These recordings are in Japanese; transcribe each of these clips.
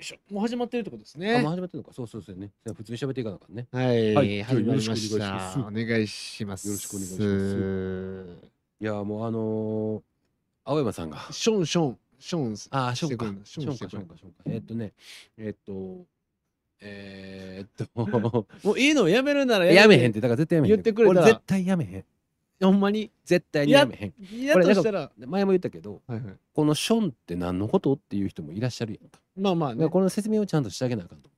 しょもう始まってるってことですあ、もうね。始まってるのか。そうそうそうね。じゃあ普通に喋っていかなあかんね。はい、はい始まりましよろたし。くおお願いします。よろしくお願いしますいや、もうあのー、青山さんが。ションション、ションス。ああ、ショーンかしてくれる。ショーンか、シショーョーンンかか、ショーンか。えーっとね、えーっと、えーっと、もういいのやめるならややめめへんへんって、だから絶対やめへん。言ってくれたら俺絶対やめへん。ほんまに。絶対にやめへん。いやことれなんかしたら。で前も言ったけど、はいはい。このションって何のことっていう人もいらっしゃるやんか。まあまあだかねら。この説明をちゃんとしてあげなあかんと。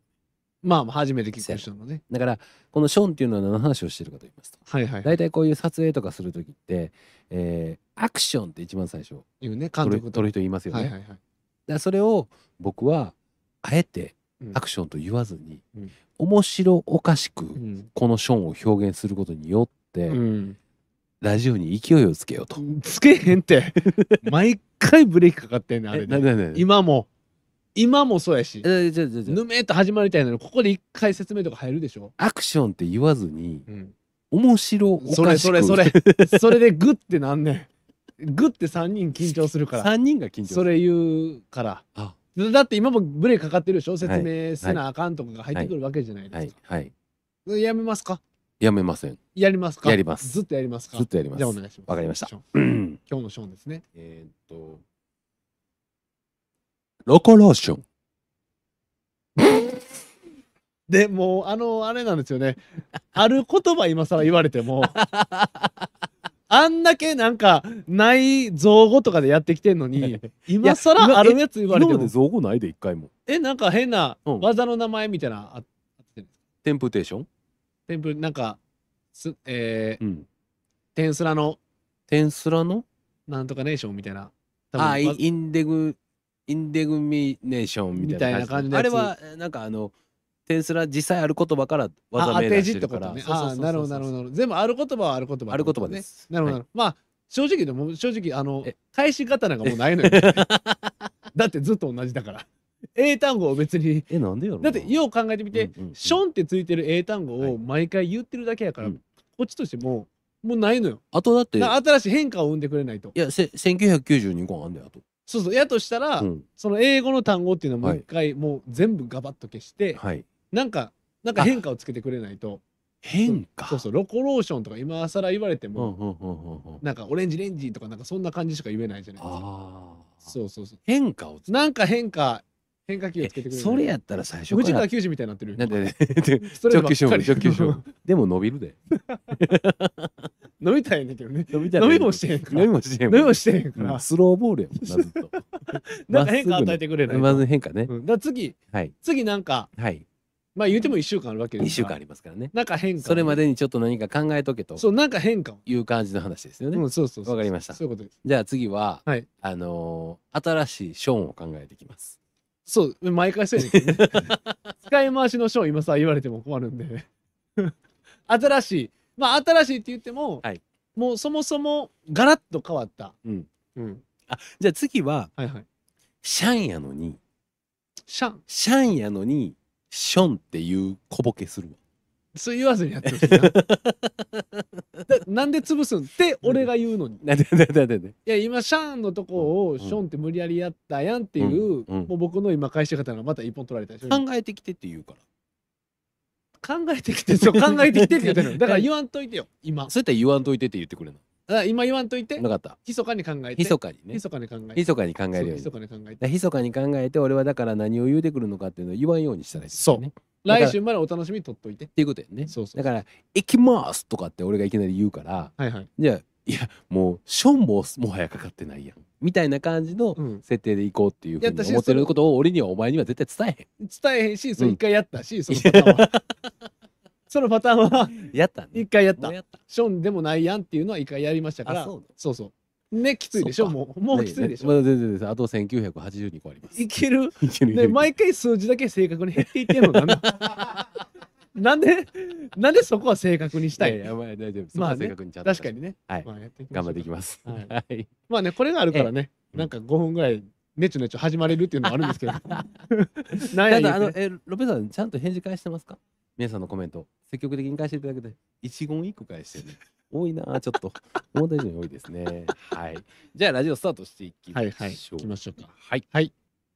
まあまあ、初めて聞く人のね。だから、このションっていうのは何の話をしてるかと言いますと。はいはい。大体こういう撮影とかするときって、えーアクションって一番最初いうね、監撮る督撮る人言いますよね、はいだはかいはい。らそれを僕はあえてうんアクションと言わずに、うん面白おかしくうん。このションを表現することによって、うんラジオに勢いをつけようと、つけへん って。毎回ブレーキかかってんねん、あえれなね。なな今も。今もそうやし。えじゃあじゃあじゃあぬめーっと始まりたいのに、ここで一回説明とか入るでしょ。アクションって言わずにうん。面白おかしくそれそれそれ それでグッてなんねんグッて3人緊張するから3人が緊張するそれ言うからあだだって今もブレーキかかってるでしょ説明せなあかんとかが入ってくるわけじゃないですか、はいはいやめますかやめませんやりますかやりますずっとやりますかずっとやりますじゃあお願いしますわかりましたショーンうん今日のショーンですねえーっとロコローションでもうあのあれなんですよ ねある言葉今更言われてもあんだけなんかない造語とかでやってきてんのに今 いや更今あるやつ言われ今てまもで造語ないで一回もえなんか変なうん技の名前みたいなのあってテンプテーションテンプなんかすえー、うんテンスラのテンスラのなんとかネーションみたいな多分あイわインデグインデグミネーションみたいなみ感たいじな感じのやあれはえなんかあのテンスラ実際ある言葉からあ技当名て出字しっててるこからとねああなるほどなるほどなるほど全部ある言葉はある言葉ある言葉ねですなるほど、はいまあ正直でも正直あのえ返し方なんかもうない のよだってずっと同じだから英単語を別にえなんでやろだってよう考えてみて、うんうんうんションってついてる英単語はをい毎回言ってるだけやから、うんこっちとしてももうないのよあとだってだから新いしい変化を生んでくれないとやせ1992個あんだよあとそうそうやとしたら、うんその英語の単語っていうのはもう一回もう全部ガバッと消して、はいなんかなんか変化をつけてくれないと変化そうそうロコローションとか今更言われてうんも、うんうんうんうんなんかオレンジレンジとかなんかそんな感じしか言えないじゃないですかああそうそうそ変化をつうなんか変化変化球をつけてくれえないそれやったら最初無か中ら川球児みたいになってるなんでねでストレートばっかり直球勝負直球勝 でも伸びるで飲みたいんだけどね伸び飲みもしてへんから伸びもしてへん飲みもしてへんかうらん、スローボールやもんなずっと なんか変化与えてくれないとまず変化ね、うん、だから次はい次なんかはいまあ言うても1週間あるわけで2す週から間ありますからねなんか変化をそれまでにちょっと何か考えとけとそうなんか変化をいう感じの話ですよね、うんそうそうそうわかりましたそういうことですじゃあ次は、はいあのー新しいショーンを考えていきますそう、毎回そうやねんけどね。 使い回しのショー今さ、言われても困るんで。 新しい。まあ、新しいって言っても、はいもうそもそもガラッと変わった。うん。うん。じゃあ次ははいはい。シャンやのにシャン。シャンやのにションっていう小ボケするわそう言わずにやってほ しいな。だなんで潰すんって俺が言うのに。いなんでなんでなんでなんでや、今、シャンのとこをうんションって無理やりやったやんっていう、うんうんもう僕の今返し方がまた一本取られたでしょ。今考えてきてって言うから考えてきて、そう、考えてきてって言ってるの。だから言わんといてよ、今。そういったら言わんといてって言ってくれなだから今言わんといてな、かった密かに考えて。密かにね密かに考えて。密かに考えるようにそう密かに考えて。だ密かに考えて俺はだから何を言うてくるのかっていうのを言わんようにしたらいいですよね。っだから来週までお楽しみにとっといて。ていうことやね。そうそうだ。から「行きます」とかって俺がいきなり言うからはいはい。じゃあいやもうションももはやかかってないやんみたいな感じのうん、設定で行こうっていうふやうったにし思ってることを俺にはお前には絶対伝え伝えへんし、それうん一回やったし、そのパターンは。 そのパターンはへん。やったね。一回やっもたう。やった。ションでもないやんっていうのは一回やりましたから。あそうだそうそうね、きついでしょ。そもう、もうきついでしまょ。だ全然です。あと1982個あります。いける。いけるいけ で、る毎回数字だけ正確に減っていってんのなん だなんで、なんでそこは正確にしたいいやいやまあ大丈夫。まあねそこは正確にちゃんと確かにね。はいまあやっていきまし頑ょ張うっていきます。はい はい。まあね、これがあるからね、ええなんか5分ぐらい、ねちょねちょ始まれるっていうのもあるんですけ ど。なんやた言うだてあのえロペさんちゃんと返事返してますか皆さんのコメント積極的に返していただけて一言一句返し てね多いなあちょっと思った以上に多いですねはいじゃあラジオスタートしていきましはょういはい、行きましょうか。はいはい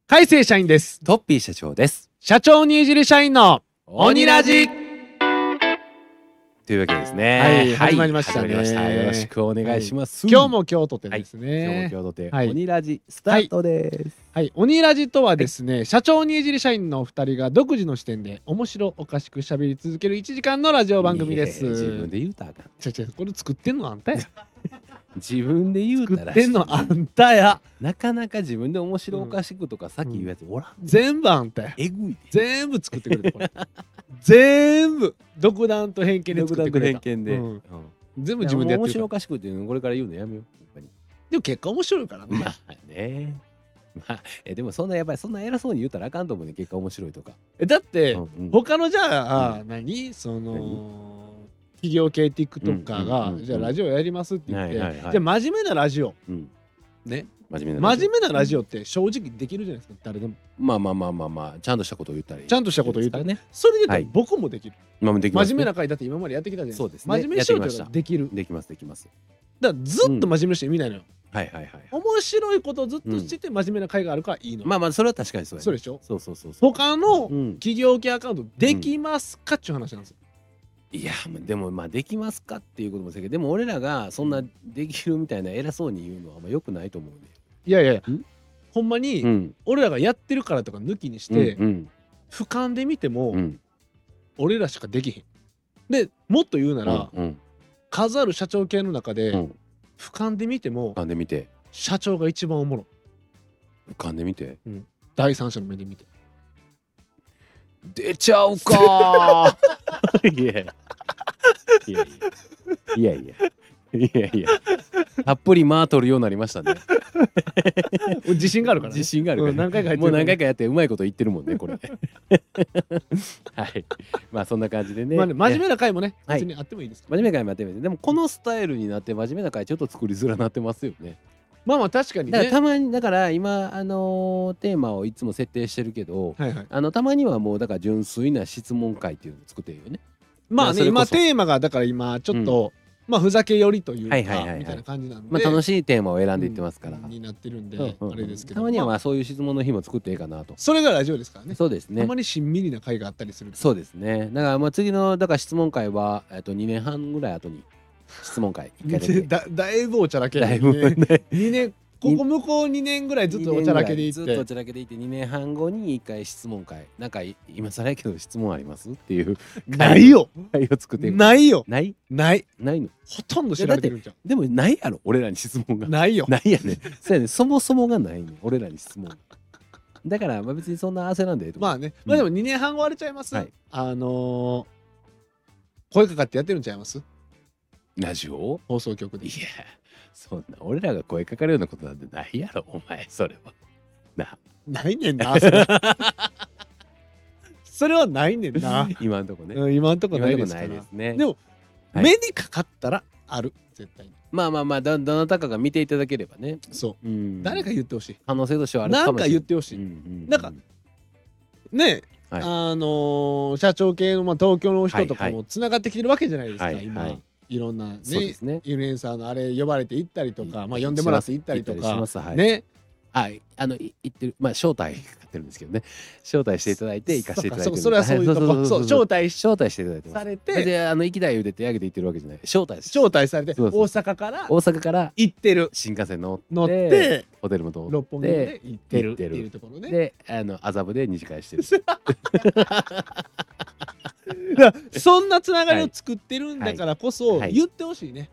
改正社員です。トッピー社長です。社長にいじり社員の鬼ラジというわけでですね。はい始まりましたね始まりましたよろしくお願いします。今日も京都店はいです今日もね。共同ではい鬼ラジスタートです。はい、鬼ラジとはですね、社長にいじり社員のお二人が独自の視点で面白おかしく喋り続ける1時間のラジオ番組です。いやいやいや自分で言うたらあかん。ちゃちゃこれ作ってんのあんたや。自分で言うた作らってんのあんたや。なかなか自分で面白おかしくとかさっき言うやつおらん。全部あんたや。えぐいで。全部作ってくれたこれ。全部独断と偏見で作ってくれた。独断と偏見で。うんうん全部自分でやって面る白から。おかしくっていうのこれから言うのやめよう。ほんまにでも結果面白いからねま。あね。 まあ、えでもそんなやっぱりそんな偉そうに言うたらあかんと思うね結果面白いとか。 えだって、うんうん他のじゃあ、う何その何企業系 TikToker が、うんうんうんうんじゃあラジオやりますって言って、はいはいはいじゃあ真面目なラジオうんね真面目な真面目なラジオって正直できるじゃないですか誰でもまあまあまあまあまあちゃんとしたことを言ったりちゃんとしたことを言うたららねそれで言うとはい僕もできる、今もできます真面目な回だって今までやってきたじゃないですかそうですね真面目にしようって言うかやっらてできるできますできますだからずっと真面目にして意味ないのよ、はいはいはい面白いことをずっとしてて真面目な回があるからいいの、まあまあそれは確かにそうやねそうでしょそうそうそうそう他のうん企業系アカウントできますかっていう話なんですよ、いやまあでもまあできますかっていうこともせけどでも俺らがそんなできるみたいな偉そうに言うのはあんま良くないと思うねいやいやいやんほんまに、ん俺らがやってるからとか抜きにして、うん俯瞰で見ても、うん俺らしかできへん。でもっと言うなら、うん数ある社長系の中で、うん俯瞰で見ても浮かんでみて社長が一番おもろ浮かんでみてい第三者の目で見て出ちゃうかーいやいやいやいやいやいやたっぷり間取るようになりましたね俺 自信があるから、ね自、信があるから、うん何回かやってるもう何回かやってうまいこと言ってるもんねこれはいまあそんな感じでね,ね、まあね真面目な回もね、はい別にあってもいいですから真面目な会もやってみてでもこのスタイルになって真面目な会ちょっと作りづらなってますよねまあまあ確かにだかねらたまにだから今あのーテーマをいつも設定してるけどはいはい、あのたまにはもうだから純粋な質問会っていうのを作ってるよねままああそねれこ今そテーマがだから今ちょっと、まあふざけ寄りというか、はいはいはいはいみたいな感じなんで、まあ楽しいテーマを選んでいってますから、うんになってるんで、うんうんあれですけどたまにはままああそういう質問の日も作っていいかなと、それがラジオですからねそうですねたまにしんみりな回があったりするそうですねだからまあ次のだから質問会は、えっと、2年半ぐらい後に質問会一回だけだだいぶおちゃらけだいぶねね2年ここ向こう2年ぐらい ずっとおちゃらけでいってずっとおちゃらけでいて2年半後に1回質問会なんかい今更やけど質問ありますっていう ないよ会を作っていくないよないないないのほとんど知られてるんじゃでもないやろ俺らに質問がんないよ ないやねそうやねそもそもがないね俺らに質問がだからまあ別にそんな焦らんでええと思まうあねまあでも2年半後割れちゃいます、はいあのー声かかってやってるんちゃいますラジオ放送局でいや、そんな俺らが声かかるようなことなんてないやろ、お前、それは。な、ないねんなそ れそれはないねんな、今んとこね。うん、今んとこ今なんいでとこすかないらですね。でも、はい目にかかったらある絶対にまあまあまあ、どどなたかが見ていただければね。そううん誰か言ってほしい、可能性としてはあるなかんもかし言れっない。てほしい、うんなんかねはあいのー社長系の、まあ、東京の人とかはいはもつながってきてるわけじゃないですか、はい今、はいい、ろんなねそうですね。インフルエンサーのあれ呼ばれて行ったりとか、いまあ、呼んでもらって行ったりとしまか、すはい。ねはい。あの、い言ってる、まあ、招待かかってるんですけどね。招待していただいて、行かせていただいてそうる。かそれはそういうとこ、そう招待し招待していただいてまさす。れで、てあの、行きたい言うて手挙げて行ってるわけじゃない。招待です招待されてそうそう大阪から大阪から行ってる新幹線乗って、乗ってホテルも通って、六本木まで行ってる行っっててるいうところねで、あの麻布で二次会してる。 だから そんなつながりを作ってるんだからこそ、はい言ってほしいね、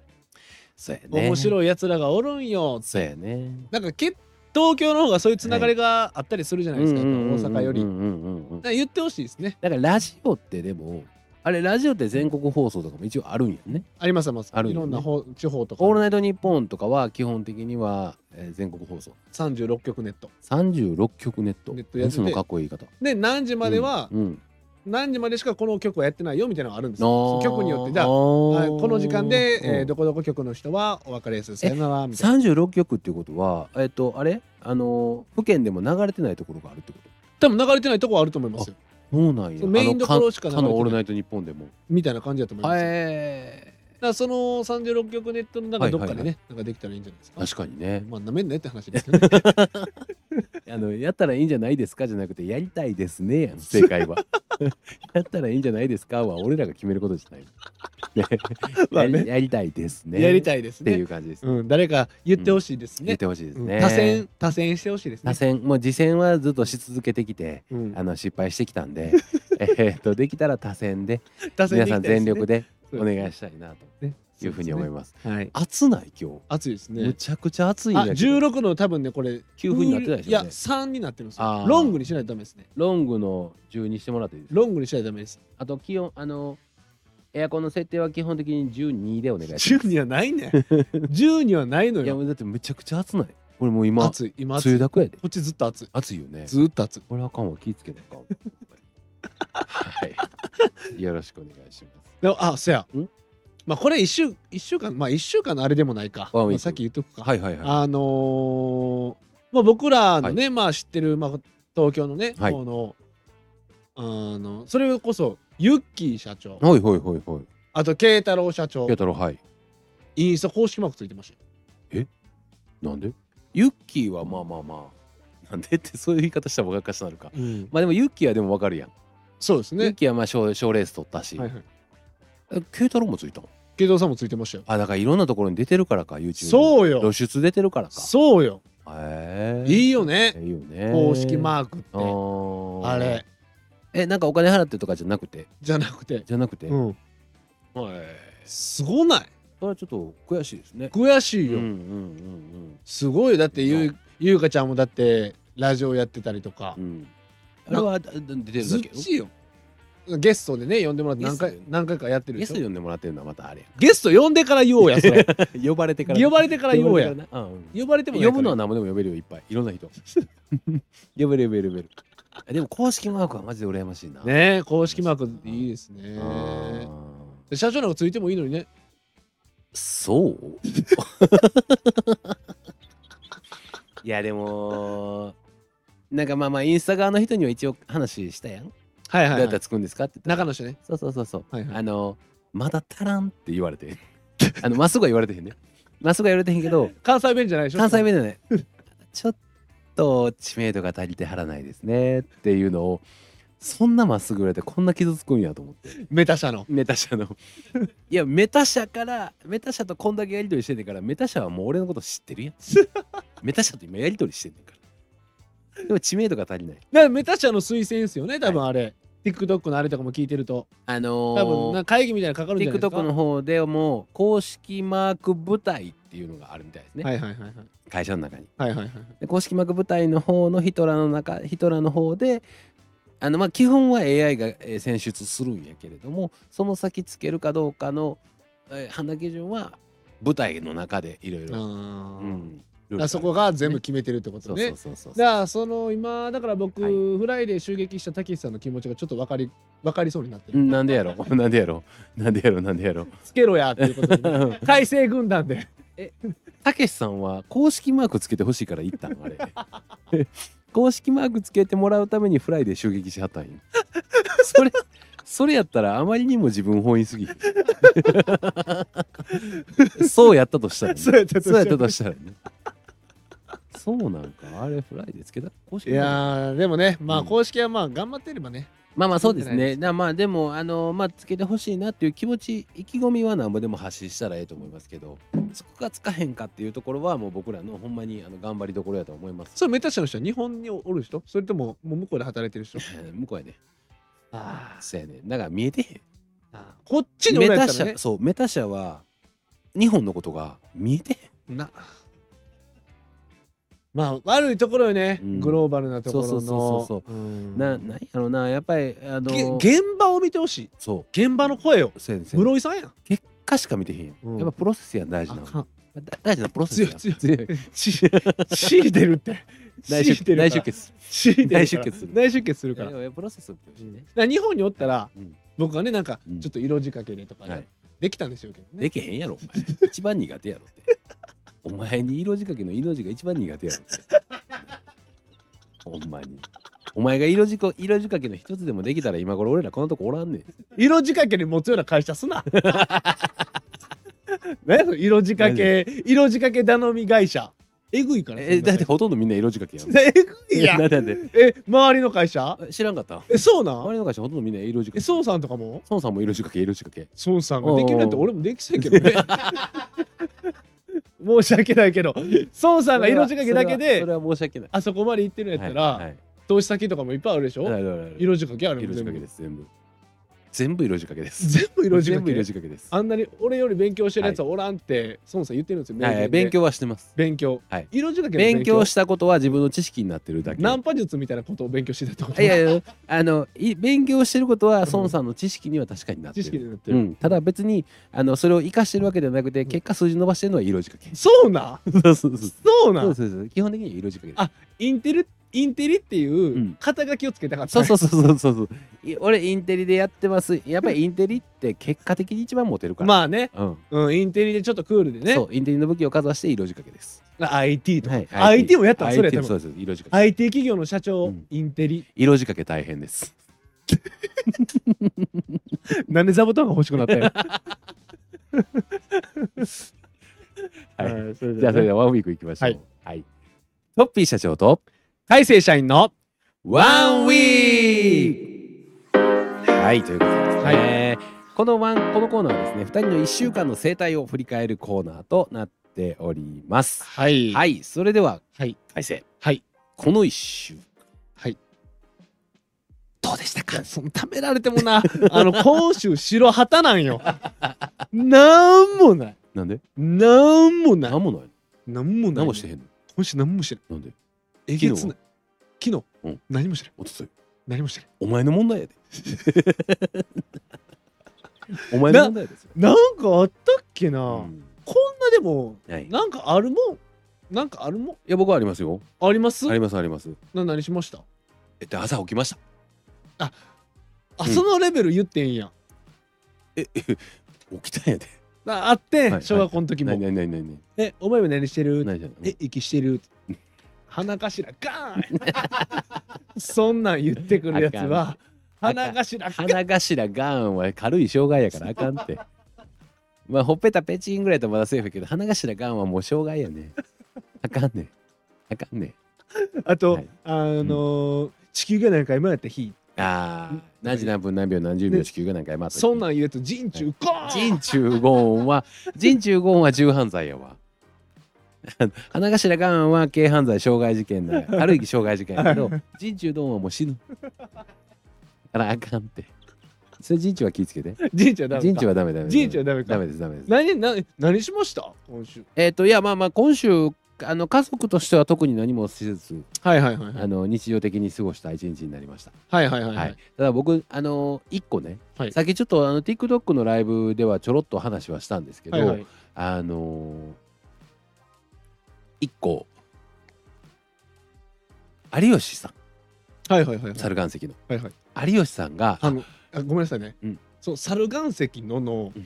そうや面い。白いやつらがおるんよそうやね。なんかけ東京の方がそういうつながりがあったりするじゃないですか、やっぱ大阪より、うんうんうんうんだから言ってほしいですねだからラジオってでも、あれラジオって全国放送とかも一応あるんやね。ありますあります。あいるんよろねんな方地方とかオールナイトニッポンとかは基本的には、えー全国放送。 36曲ネット。三十六曲ネット。ネットやっててそのかっこいい言い方。で何時までは、うんうん何時までしかこの曲はやってないよみたいなのがあるんですあよ。ー曲によってじゃああはいーこの時間で、えーうんどこどこ局の人はお別れですさよならみたいな。三十六曲っていうことは、えっとあれあのー府県でも流れてないところがあるってこと。多分流れてないとこはあると思いますよ。そうなんそうや。メインどころしか流あれのてないか他のオールナイトニッポンでも。みたいな感じだと思いますよ。えからその36局ネットの中はいどっかでね、はいはなんかできたらいいんじゃないですか。確かにねまあ、なめんなよって話ですけどね。 あのやったらいいんじゃないですかじゃなくてやりたいですねやん 正解はやったらいいんじゃないですかは俺らが決めることじ ゃない、ねまあねやりやりたいですねやりいたいですっていね。う感じです、うん、誰か言ってほしいです言っね。てほしいですね、うん多選、多選してほしいですね多。選もう次戦はずっとし続けてきてうんあの失敗してきたん でえーっとできたら多選で多選皆できさたいですねん全力でそおうですね願いしたいなねというふうに思いますす。はい。暑ない今暑いです日むね。ちゃくちゃ暑いんあ、だけど16の多分ね、これ、 9分になってないですいよや、ね3になってるんですあよ。ーロングにしないとダメですね。ロングの10にしてもらっていいですかロングにしないとダメです。あと気温あのエアコンの設定は基本的に12でお願いします10にはない ねん。10にはないのいやもよ。うだってめちゃくちゃ暑ないこれもう今暑い。今梅暑い。雨こだくやでっちずっと暑い。暑いよねずーっと暑い。これあかんわ気ぃつけな あかんわはいよろしくお願いしますでもあ、そやん。まあ、これ1週、一週間、まあ、1週間のあれでもないか。ワンウィークまあさっき言っとくか。はいはいはいあのーまあ、僕らのね、まあ知ってる、まあ、東京のね、はいこのあのそれこそユッキー社長はいはいはいはいあと慶太郎社長慶太郎はいインスタ公式マークついてましたよなんでユッキーはまあまあまあなんでってそういう言い方したらばかしなるかまあでもユッキーはでもわかるやん、そうですユッね、キーはまあ賞賞レース取ったし、はいはい、え慶太郎もついたの慶太郎さんもついてましたよあだからいろんなところに出てるからか YouTube にそうよ露出出てるからかそうよへえいいよねいいよね公式マークってーあれえなんかお金払ってとかじゃなくてじゃなくて、じゃなくて、うん、はいすごないそれはちょっと悔しいですね悔しうんいよ、うんうんすごいよだってゆううゆうかちゃんもだってラジオやってたりとかうんうんあれはだ出てるずだっけよちよゲストでね呼んでもらって何ゲ回スト何回かやってるゲでスしトょ呼んでもらってるのはまたあれゲスト呼んでから言おうやそれや 呼ばれてから呼ばれてから言おうや呼ばれてからなう ん呼ばれてもない呼ぶのはから何もでも呼べるよいっぱいいろん な人呼べる呼べる呼べるあでも公式マークはマジで羨ましいなねえ公式マークいいですねあー社長なんかついてもいいのにねそう いやでもなんかまあまあインスタ側の人には一応話したやん、はいはどうやい、ったらつくんですかって言ったら中の人ねそうそうそうそう、はいはいあのまだ足らんって言われてあのまっすぐは言われてへんねまっすぐは言われてへんけど関西弁じゃないでしょ関西弁でねちょっと知名度が足りてはらないですねっていうのをそんなまっすぐ言われてこんな傷つくんやと思ってメタ社のメタ 社のいやメタ社からメタ社とこんだけやり取りしてんねんからメタ社はもう俺のこと知ってるやんメタ社と今やり取りしてんねんからでも知名度が足りないだからメタ社の推薦ですよね多分あれ、TikTok のあれとかも聞いてるとあのー、多分なんか会議みたいなのかかるんじゃないですか TikTok の方でも公式マーク部隊っていうのがあるみたいですね、はいはいはいはい会社の中にはいはいはいで公式マーク部隊の方のヒトラーの中ヒトラーの方であのまあ基本は AI がえー選出するんやけれどもその先つけるかどうかのえー判断基準は部隊の中でいろいあろーうんだからそこが全部決めてるってことそうねそうそうそうだからその今だから僕、はいフライデー襲撃したたけしさんの気持ちがちょっと分かり分かりそうになってう る、んなんでやろなんでやろなんでやろなんでやろつけろやっていうことで、ね、 改正軍団でたけしさんは公式マークつけてほしいから言ったんあれ 公式マークつけてもらうためにフライで襲撃しは ったんよそれそれやったらあまりにも自分本位すぎひ んそうやったとしたら、ね、そうやったとしたそうらやったとしたらねそうなんかあれフライでつけた公式いマークやーでもねまあうん公式はまあ頑張ってればね、まあまあそうですいいんじゃないね。なまあでもあのまあつけてほしいなっていう気持ち意気込みは何ぼでも発信したらええと思いますけど、そこがつかへんかっていうところはもう僕らのほんまにあの頑張りどころやと思います。それメタ社の人は日本におる人それとももう向こうで働いてる人 向こうやね。あそうやね。だから見えてへん。あこっちにおメられタたら社ねそうメタ社は日本のことが見えてなまあ悪いところよね、うんグローバルなところのそうそうそううへんん。ななんやろなやっぱりあげの現場を見てほしいそ現場の声をうそうやねそうやね室井さんやん結果しか見てへんやん。うんやっぱプロセスやん大事あなの。かんだ大事なプロセスやん。 強い 強い。強いてるって 大強いて出るから大出血。強いてるから大出血する大出血するからいやいやプロセスを見てほしいね。だから日本におったらうん僕はねなんかうんちょっと色仕掛けでとかね、はいできたんでしょうけどねできへんやろ、お前。一番苦手やろって。お前に色仕掛けの色仕が一番苦手やろって。ほんまに。お前が色仕掛色仕掛けの一つで もできたら今頃俺らこのとこおらんねん。色仕掛けに持つような会社すな 何やその色仕掛け、色仕掛け頼み会社。えぐいから。え、だってそほとんどみんな色仕掛けやんな えぐいやん。ん。 だってえ、周りの会社知らんかった。え、そうな周んりの会社ほとんどみんな色仕え、掛け。孫さんとかも孫さんも色仕掛け、色仕掛け。孫さんができるなんて俺もできそうやけどね。 申し訳ないけど、孫さんが色仕掛けだけそで、れはそれは申し訳ない。あそこまで行ってるんやったはいはら、い投資先とかもいっぱいあるでしはいょはいはいはい色仕掛けある色仕掛けでです、全部。全部色仕掛けです。全部色仕全部掛色け。仕掛けです。あんなに俺より勉強してるやつはおらんって、孫さん言ってるんですよ。はいは名い、言で勉。強はしてます。勉強。はい色仕掛けの勉強したことは自分の知識になってるだけ。ナンパ術みたいなことを勉強してたってこといやいや、あの、い勉強してることは孫さんの知識には確かになって知る。識になってうる、ん、ただ別にあのそれを生かしてるわけではなくてん結果数字伸ばしてるのは色仕掛け。そうなん そうそうそうそうなそんうそうそう基本的には色仕掛けですあインテリインテリっていんう肩書きをつけたかった、そうそうそうそうそうそう。い俺インテリでやってます。やっぱりインテリって結果的に一番モテるから。まあね、あ、うん。うん、インテリでちょっとクールでねそうインテリの武器をかざして色仕掛けです。 IT とか、はい IT もやったのそれ IT 多そう分です色仕掛け。 IT 企業の社長、うんインテリ色仕掛け大変です。なんで座布団が欲しくな ったよはい。い、それじゃであそれでははワンウィークいきましょう。はいはい。トッピー社長と改正社員のワンウィークはい、ということですね。このワンこのコーナーはですね、2人の1週間の生態を振り返るコーナーとなっております。はいはいい、それでは、はい大勢、はいこの1週、はいどうでしたかそのためられても なあの今週白旗なんよなんもないなんでなんもない何なもない。んもない何もしてへんの今週何もしてないなんでえ昨日げつない昨日、うん何もしてないおととい、何もしてないお前の問題や で。お前の問題やで。それなんかあったっけな、うんこんなでもはい、いなんかあるもんなんかあるもんや、僕はありますよ。あります、あります、あります。な何しましたえっと、朝起きました。あ、うんそのレベル言ってんやんえ、え起きたんやで。ああってん、はい小学校の時も、ないないないないない。えお前は何してるないじゃん。え息してる鼻頭ガーン そんなん言ってくるやつはあかん鼻頭ガーン鼻頭ガーンは軽い障害やからあかんって。まあほっぺたペチンぐらいだとまだセーフやけど鼻頭ガーンはもう障害やね。あかんね。あかんね。あと、はいあのー地球が何回もやった日ああ何時何分何秒何十秒ね地球が何回回ったそんなん言うと人中ゴーン、人中ゴーンは人中ゴーンは重犯罪やわ。鼻頭ガーンは軽犯罪傷害事件だ軽い傷害事件やけど人中ドーンはもう死ぬ。あらあかんって。それ人中は気ぃつけて。人中はダメ人か中はダメダメ。人中はダメかダメですダメです。何何何しました今週えっ、といやまあまあ今週あの家族としては特に何もせずはいはいはいはあいの日常的に過ごした一日になりました。はいはいはいはい。はいただ僕あの一個ね、はいさっきちょっとあの TikTok のライブではちょろっと話はしたんですけど、はいはいあの一個有吉さんはいはいはい猿岩石のはいはい有吉さんがあのあごめんなさいね、うんそう猿岩石ののうん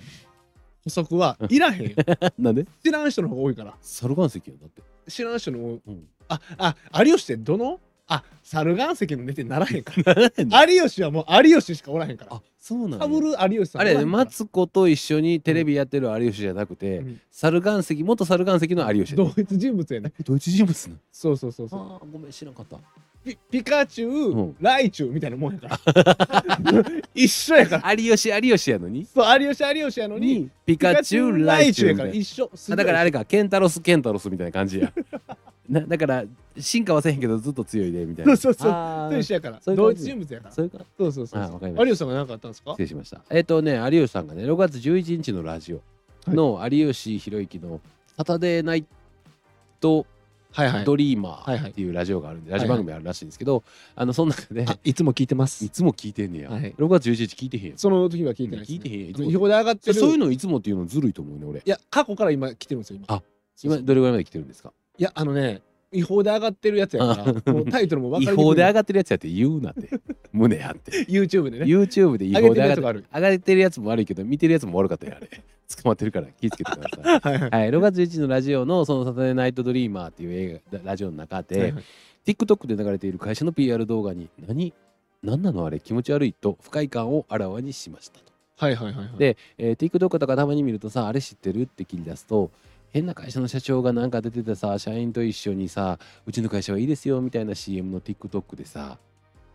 補足はいらへんよ なんで知らん人の方が多いから猿岩石よだって。知らん人の方うんああ有吉ってどのあ猿岩石の出てならへんか あら有吉はもう有吉しかおらへんからそうなんかだぶ。る有吉さんあれおらへんからマツコと一緒にテレビやってる有吉じゃなくて、うん猿岩石元猿岩石の有吉同一人物やねドイツ人物なそうそうそうそうああごめん知らんかったピピカチュウ、うんライチュウみたいなもんやから 一緒やから有吉有吉やのにそう有吉有吉やのににピカチュウライチュウやみかたらいな一緒あだからあれかケンタロスケンタロスみたいな感じ やなだから進化はせへんけどずっと強いでみた いそうそなうそうあとー一緒やからそういう同感一じ人物やからそういうかそうそうそうあそわう。かりました有吉さんが何かあったんですか失？礼しましたえっ、とね有吉さんがね6月11日のラジオの有吉弘行の「サタデーナイトはいはい。ドリーマはいはー」いっていうラジオがあるんで、ラジオ番組あるらしいんですけど、あのその中であいつも聞いてまいす。つも聞いてんねや、はい6月11日聞いてへんやんその時は聞いてないです、聞いてへんやんいつあもの横で上がってる。そういうののいつもっていうのずるいと思うね俺いや過去から今来てるんですよ今。あそう今そうどれぐらいまで来てるんですかいやあのね違法で上がってるやつやからもうタイトルも分違かる。法で上ががってるやつやって言うなって 胸張ってる。YouTube でね。 YouTube で違上げ法てでるや上がってつるがある。上がってるやつも悪いけど見てるやつも悪かったよあれ捕まってるから気ぃつけてくださ いはいはい。はい、6月11日のラジオの「そのサタデーナイトドリーマー」っていう映画ラジオの中で、はいはい TikTok で流れている会社の PR 動画に何何なのあれ気持ち悪いと不快感をあらわにしましたとはいはいはいはい。でえー TikTok とかたまに見るとさあれ知ってるって切り出すと変な会社の社長がなんか出ててさ社員と一緒にさうちの会社はいいですよみたいな CM の TikTok でさ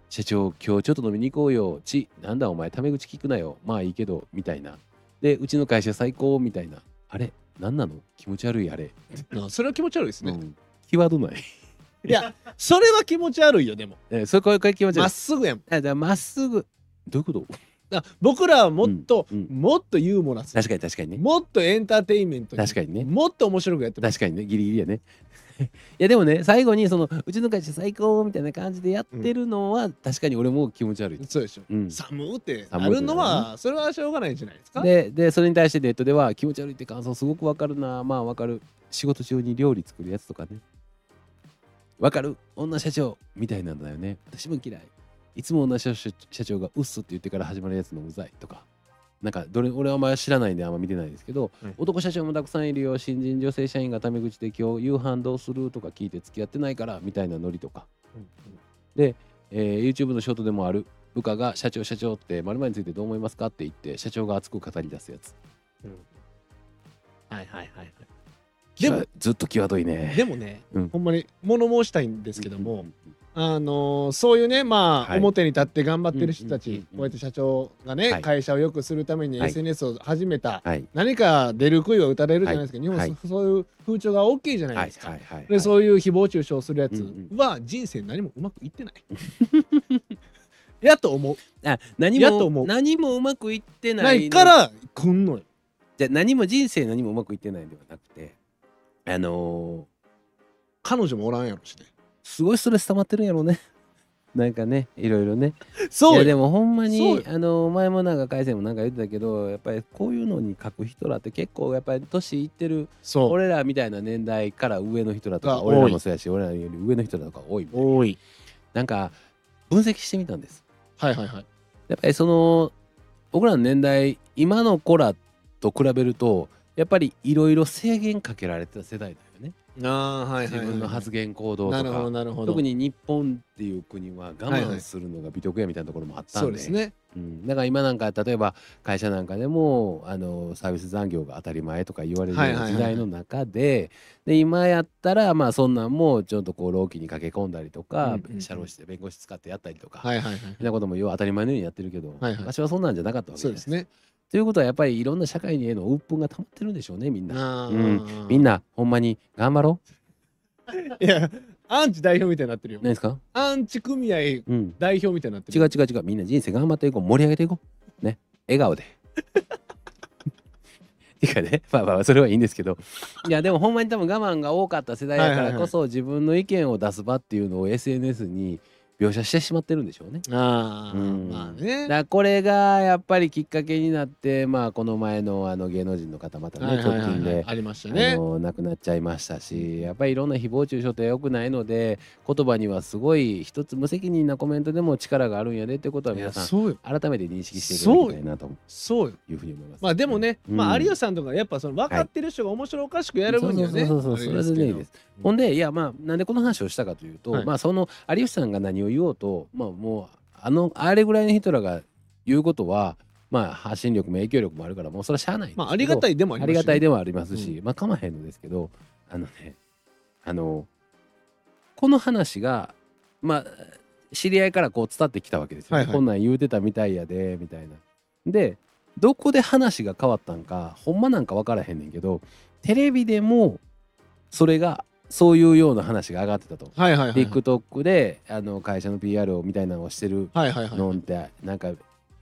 社長今日ちょっと飲みに行こうよちなんだお前タメ口聞くなよまあいいけどみたいなでうちの会社最高みたいなあれなんなの気持ち悪いあれ、なそれは気持ち悪いですうね。ん、キーワードない いや、それは気持ち悪いよ、でも。えそれこれこれ気持ちま悪っいすぐやもん。あだからまっすぐどういうことだから僕らはもっと、うんうもっとユーモラスに確かに確かにねもっとエンターテインメントに確かにねもっと面白くやってます。確かにねギリギリやね いやでもね最後にそのうちの会社最高みたいな感じでやってるのは、確かに俺も気持ち悪い、そうでしょ。うん、寒うってなるのは、それはしょうがないんじゃないですか。ででそれに対してネットでは気持ち悪いって感想すごくわかるなまあわかる仕事中に料理作るやつとかねわかる女社長みたいなんだよね私も嫌いいつも女社社長がうっすって言ってから始まるやつのうざいとかなんかどれ俺はあんま知らないんであんま見てないですけど、はい男社長もたくさんいるよ新人女性社員がタメ口で今日夕飯どうするとか聞いて付き合ってないからみたいなノリとかうんうんえー YouTube のショートでもある部下が社長社長って〇〇についてどう思いますかって言って社長が熱く語り出すやつはいはいはいはででももずっと際どいい。ねでもね、うんほんまに物申したいんですけども、うんあのーそういうねまあ、はい表に立って頑張ってる人たち、うんうんうんうんこうやって社長がね、はい会社を良くするためにはい SNS を始めた、はい何か出る杭は打たれるじゃないですか、日本、はいそそういう風潮が大きいじゃなはいいですか。はいはいでそういう誹謗中傷するやつうんは人生何もうまくいってない。 やと思う。あ何やと思もう何もうまくいってないないから来んのよ。じゃあ何も人生何もうまくいってないんではなくてあの彼女もおらんやろしね。ーすごいストレス溜まってるんやろうね なんかねいろいろねいそやうでよ。もほんまそうによあの前もなんか海鮮もなんか言ってたけどやっぱりこういうのに書く人らって結構やっぱり年いってるそう。俺らみたいな年代から上の人だとかが多い俺らもそうやし俺らより上の人だとか多いみたい多い。なんか分析してみたんですはいはいはい。やっぱりその僕らの年代今の子らと比べるとやっぱりいろいろ制限かけられてた世代だよねああはい自分の発言行動なるとほどかなるほど。特に日本っていう国は我はいは慢いするのが美徳やみたいなところもあったんでそうですね。うん、だから今なんか例えば会社なんかでもあのサービス残業が当たり前とか言われるようはいはいなはい時代の中で,、で今やったらまあそんなんもちょっとこう労基に駆け込んだりとか、うんうんうん社労士で弁護士使ってやったりとか、はいはいはい。そんなこともよう当たり前のようにやってるけど、はいはい昔はそんなんじゃなかったわけそうですね。ということはやっぱりいろんな社会にへの鬱憤が溜まってるんでしょうねみんな。ああうんみんなほんまに頑張ろいやアンチ代表みたいになってるよう。。何ですか、アンチ組合うん、代表みたいになって違る。う違う違うみんな人生頑張っていこう盛り上げていこうね笑顔 でていうかねまあまあまあそれはいいんですけどいやでもほんまに多分我慢が多かった世代だからこそ自分の意見を出す場っていうのを SNS に描写してしまってるんでしょうね。ああうんまあだねか。らこれがやっぱりきっかけになってまあこの前のあの芸能人の方またはいねはいは直いはい近でありましたあね。の亡くなっちゃいましたしやっぱりいろんな誹謗中傷って良くないので言葉にはすごい一つ無責任なコメントでも力があるんやでってことはいや皆さんそうよ。改めて認識していただきたいなとそうよ。いうふうに思います。まあでもね、うんまあ有吉さんとかやっぱその分かってる人が面白おかしくやる分にはね、そうそうそうそうあそれでねいいでですす。ほんでいやまあなんでこの話をしたかというと、はいまあその有吉さんが何を言おうとまあもうあのあれぐらいの人らが言うことはまあ発信力も影響力もあるからもうそれはしゃあないけんですけどどまあありがたいでもありあますりがたでいではありますし、まあ構わへんのですけどあのねあのこの話がまあ知り合いからこう伝ってきたわけですよ、はいはいこんなん言うてたみたいやでみたいな。でどこで話が変わったんかほんまなんか分からへんねんけどテレビでもそれがそういうような話が上がってたと。はいはいはい TikTok であの会社の PR をみたいなのをしてるはいはいのはんいってなんか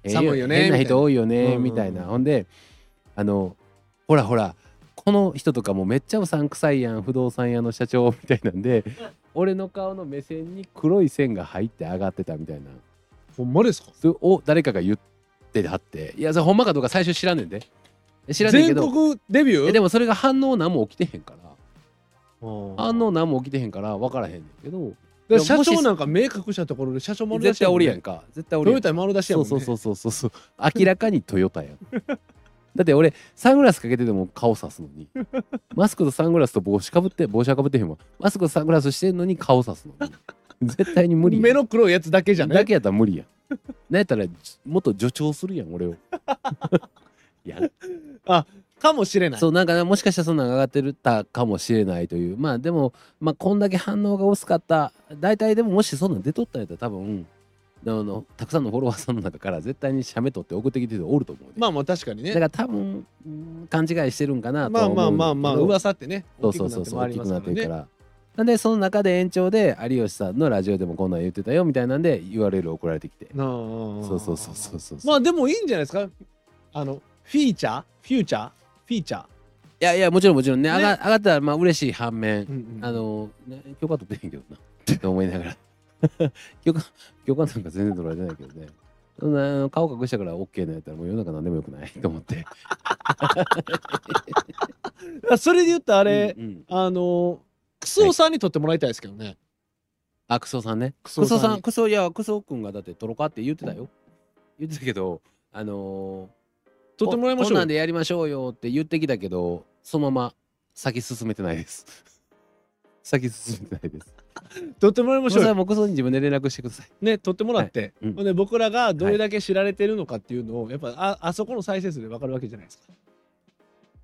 寒いよね変な人多いよみたいねなみたういな、んうんうんほんであのほらほらこの人とかもめっちゃうさんくさいやん不動産屋の社長みたいなん で俺の顔の目線に黒い線が入って上がってたみたいなほんまですかそれを誰かが言ってはっていやそれほんまかどうか最初知らんねんで知らんねんけ全ど国デビいュやーでもそれが反応何も起きてへんからあ反応何も起きてへんから分からへんねんけどの社長なんか目隠したところで社長丸出し絶対やもおんねりやんか絶対おりトやんヨタ丸出しやもそうんねそうそうそうそうそう明らかにトヨタやん だって俺サングラスかけてても顔さすのにマスクとサングラスと帽子かぶって帽子はかぶってへんわマスクとサングラスしてんのに顔さすのに絶対に無理やん目の黒いやつだけじゃねだけやったら無理やんなんやったらもっと助長するやん俺 をやるかもしれないそうなんかねもしかしたらそんなん上がってるたかもしれないというまあでもまあこんだけ反応が薄かった大体でももしそんなん出とったんやったら多分あのたくさんのフォロワーさんの中から絶対に写メ撮って送ってきてる人おると思うで、まあまあ確かにだかねら多分うん勘違いしてるんかなとまはあ思うまあまあまあけど噂ってねそ大うきそくうなって回そうそう大りきまくすなっかてるからねら。なんでその中で延長で有吉さんのラジオでもこんなん言ってたよみたいなんで URL 送られてきて。なああああそうそうそうそうそう。まいあでもいいんじゃないですかあのフィーチャーフューチャーフィーチャー、やいやもちろんもちろんねね上が上がったらまあ嬉しい反面、うんうんあのね許可取ってへんけどな と思いながら 許可許可なんか全然取られてないけどね。そんなあの顔隠したから OK なんやったらもう世の中何でもよくない と思って。あそれで言ったらああれ、あのクソさんに撮ってもらいたいですけどね、あクソさんね。ククソさにん、クソ、いや、クソ君がだって、トロカって言ってたよ。言ってたけど、あのー、撮ってもらいましここんょなうんでやりましょうよって言ってきたけど、そのまま先進めてないです。 先進めてないです。撮ってもらいまクしょソうさよんもクソに自分で連絡してください。ね撮ってもらって、はいうんほんで僕らがどれだけ知られてるのかっていうのをやっぱああそこの再生数で分かるわけじゃないですか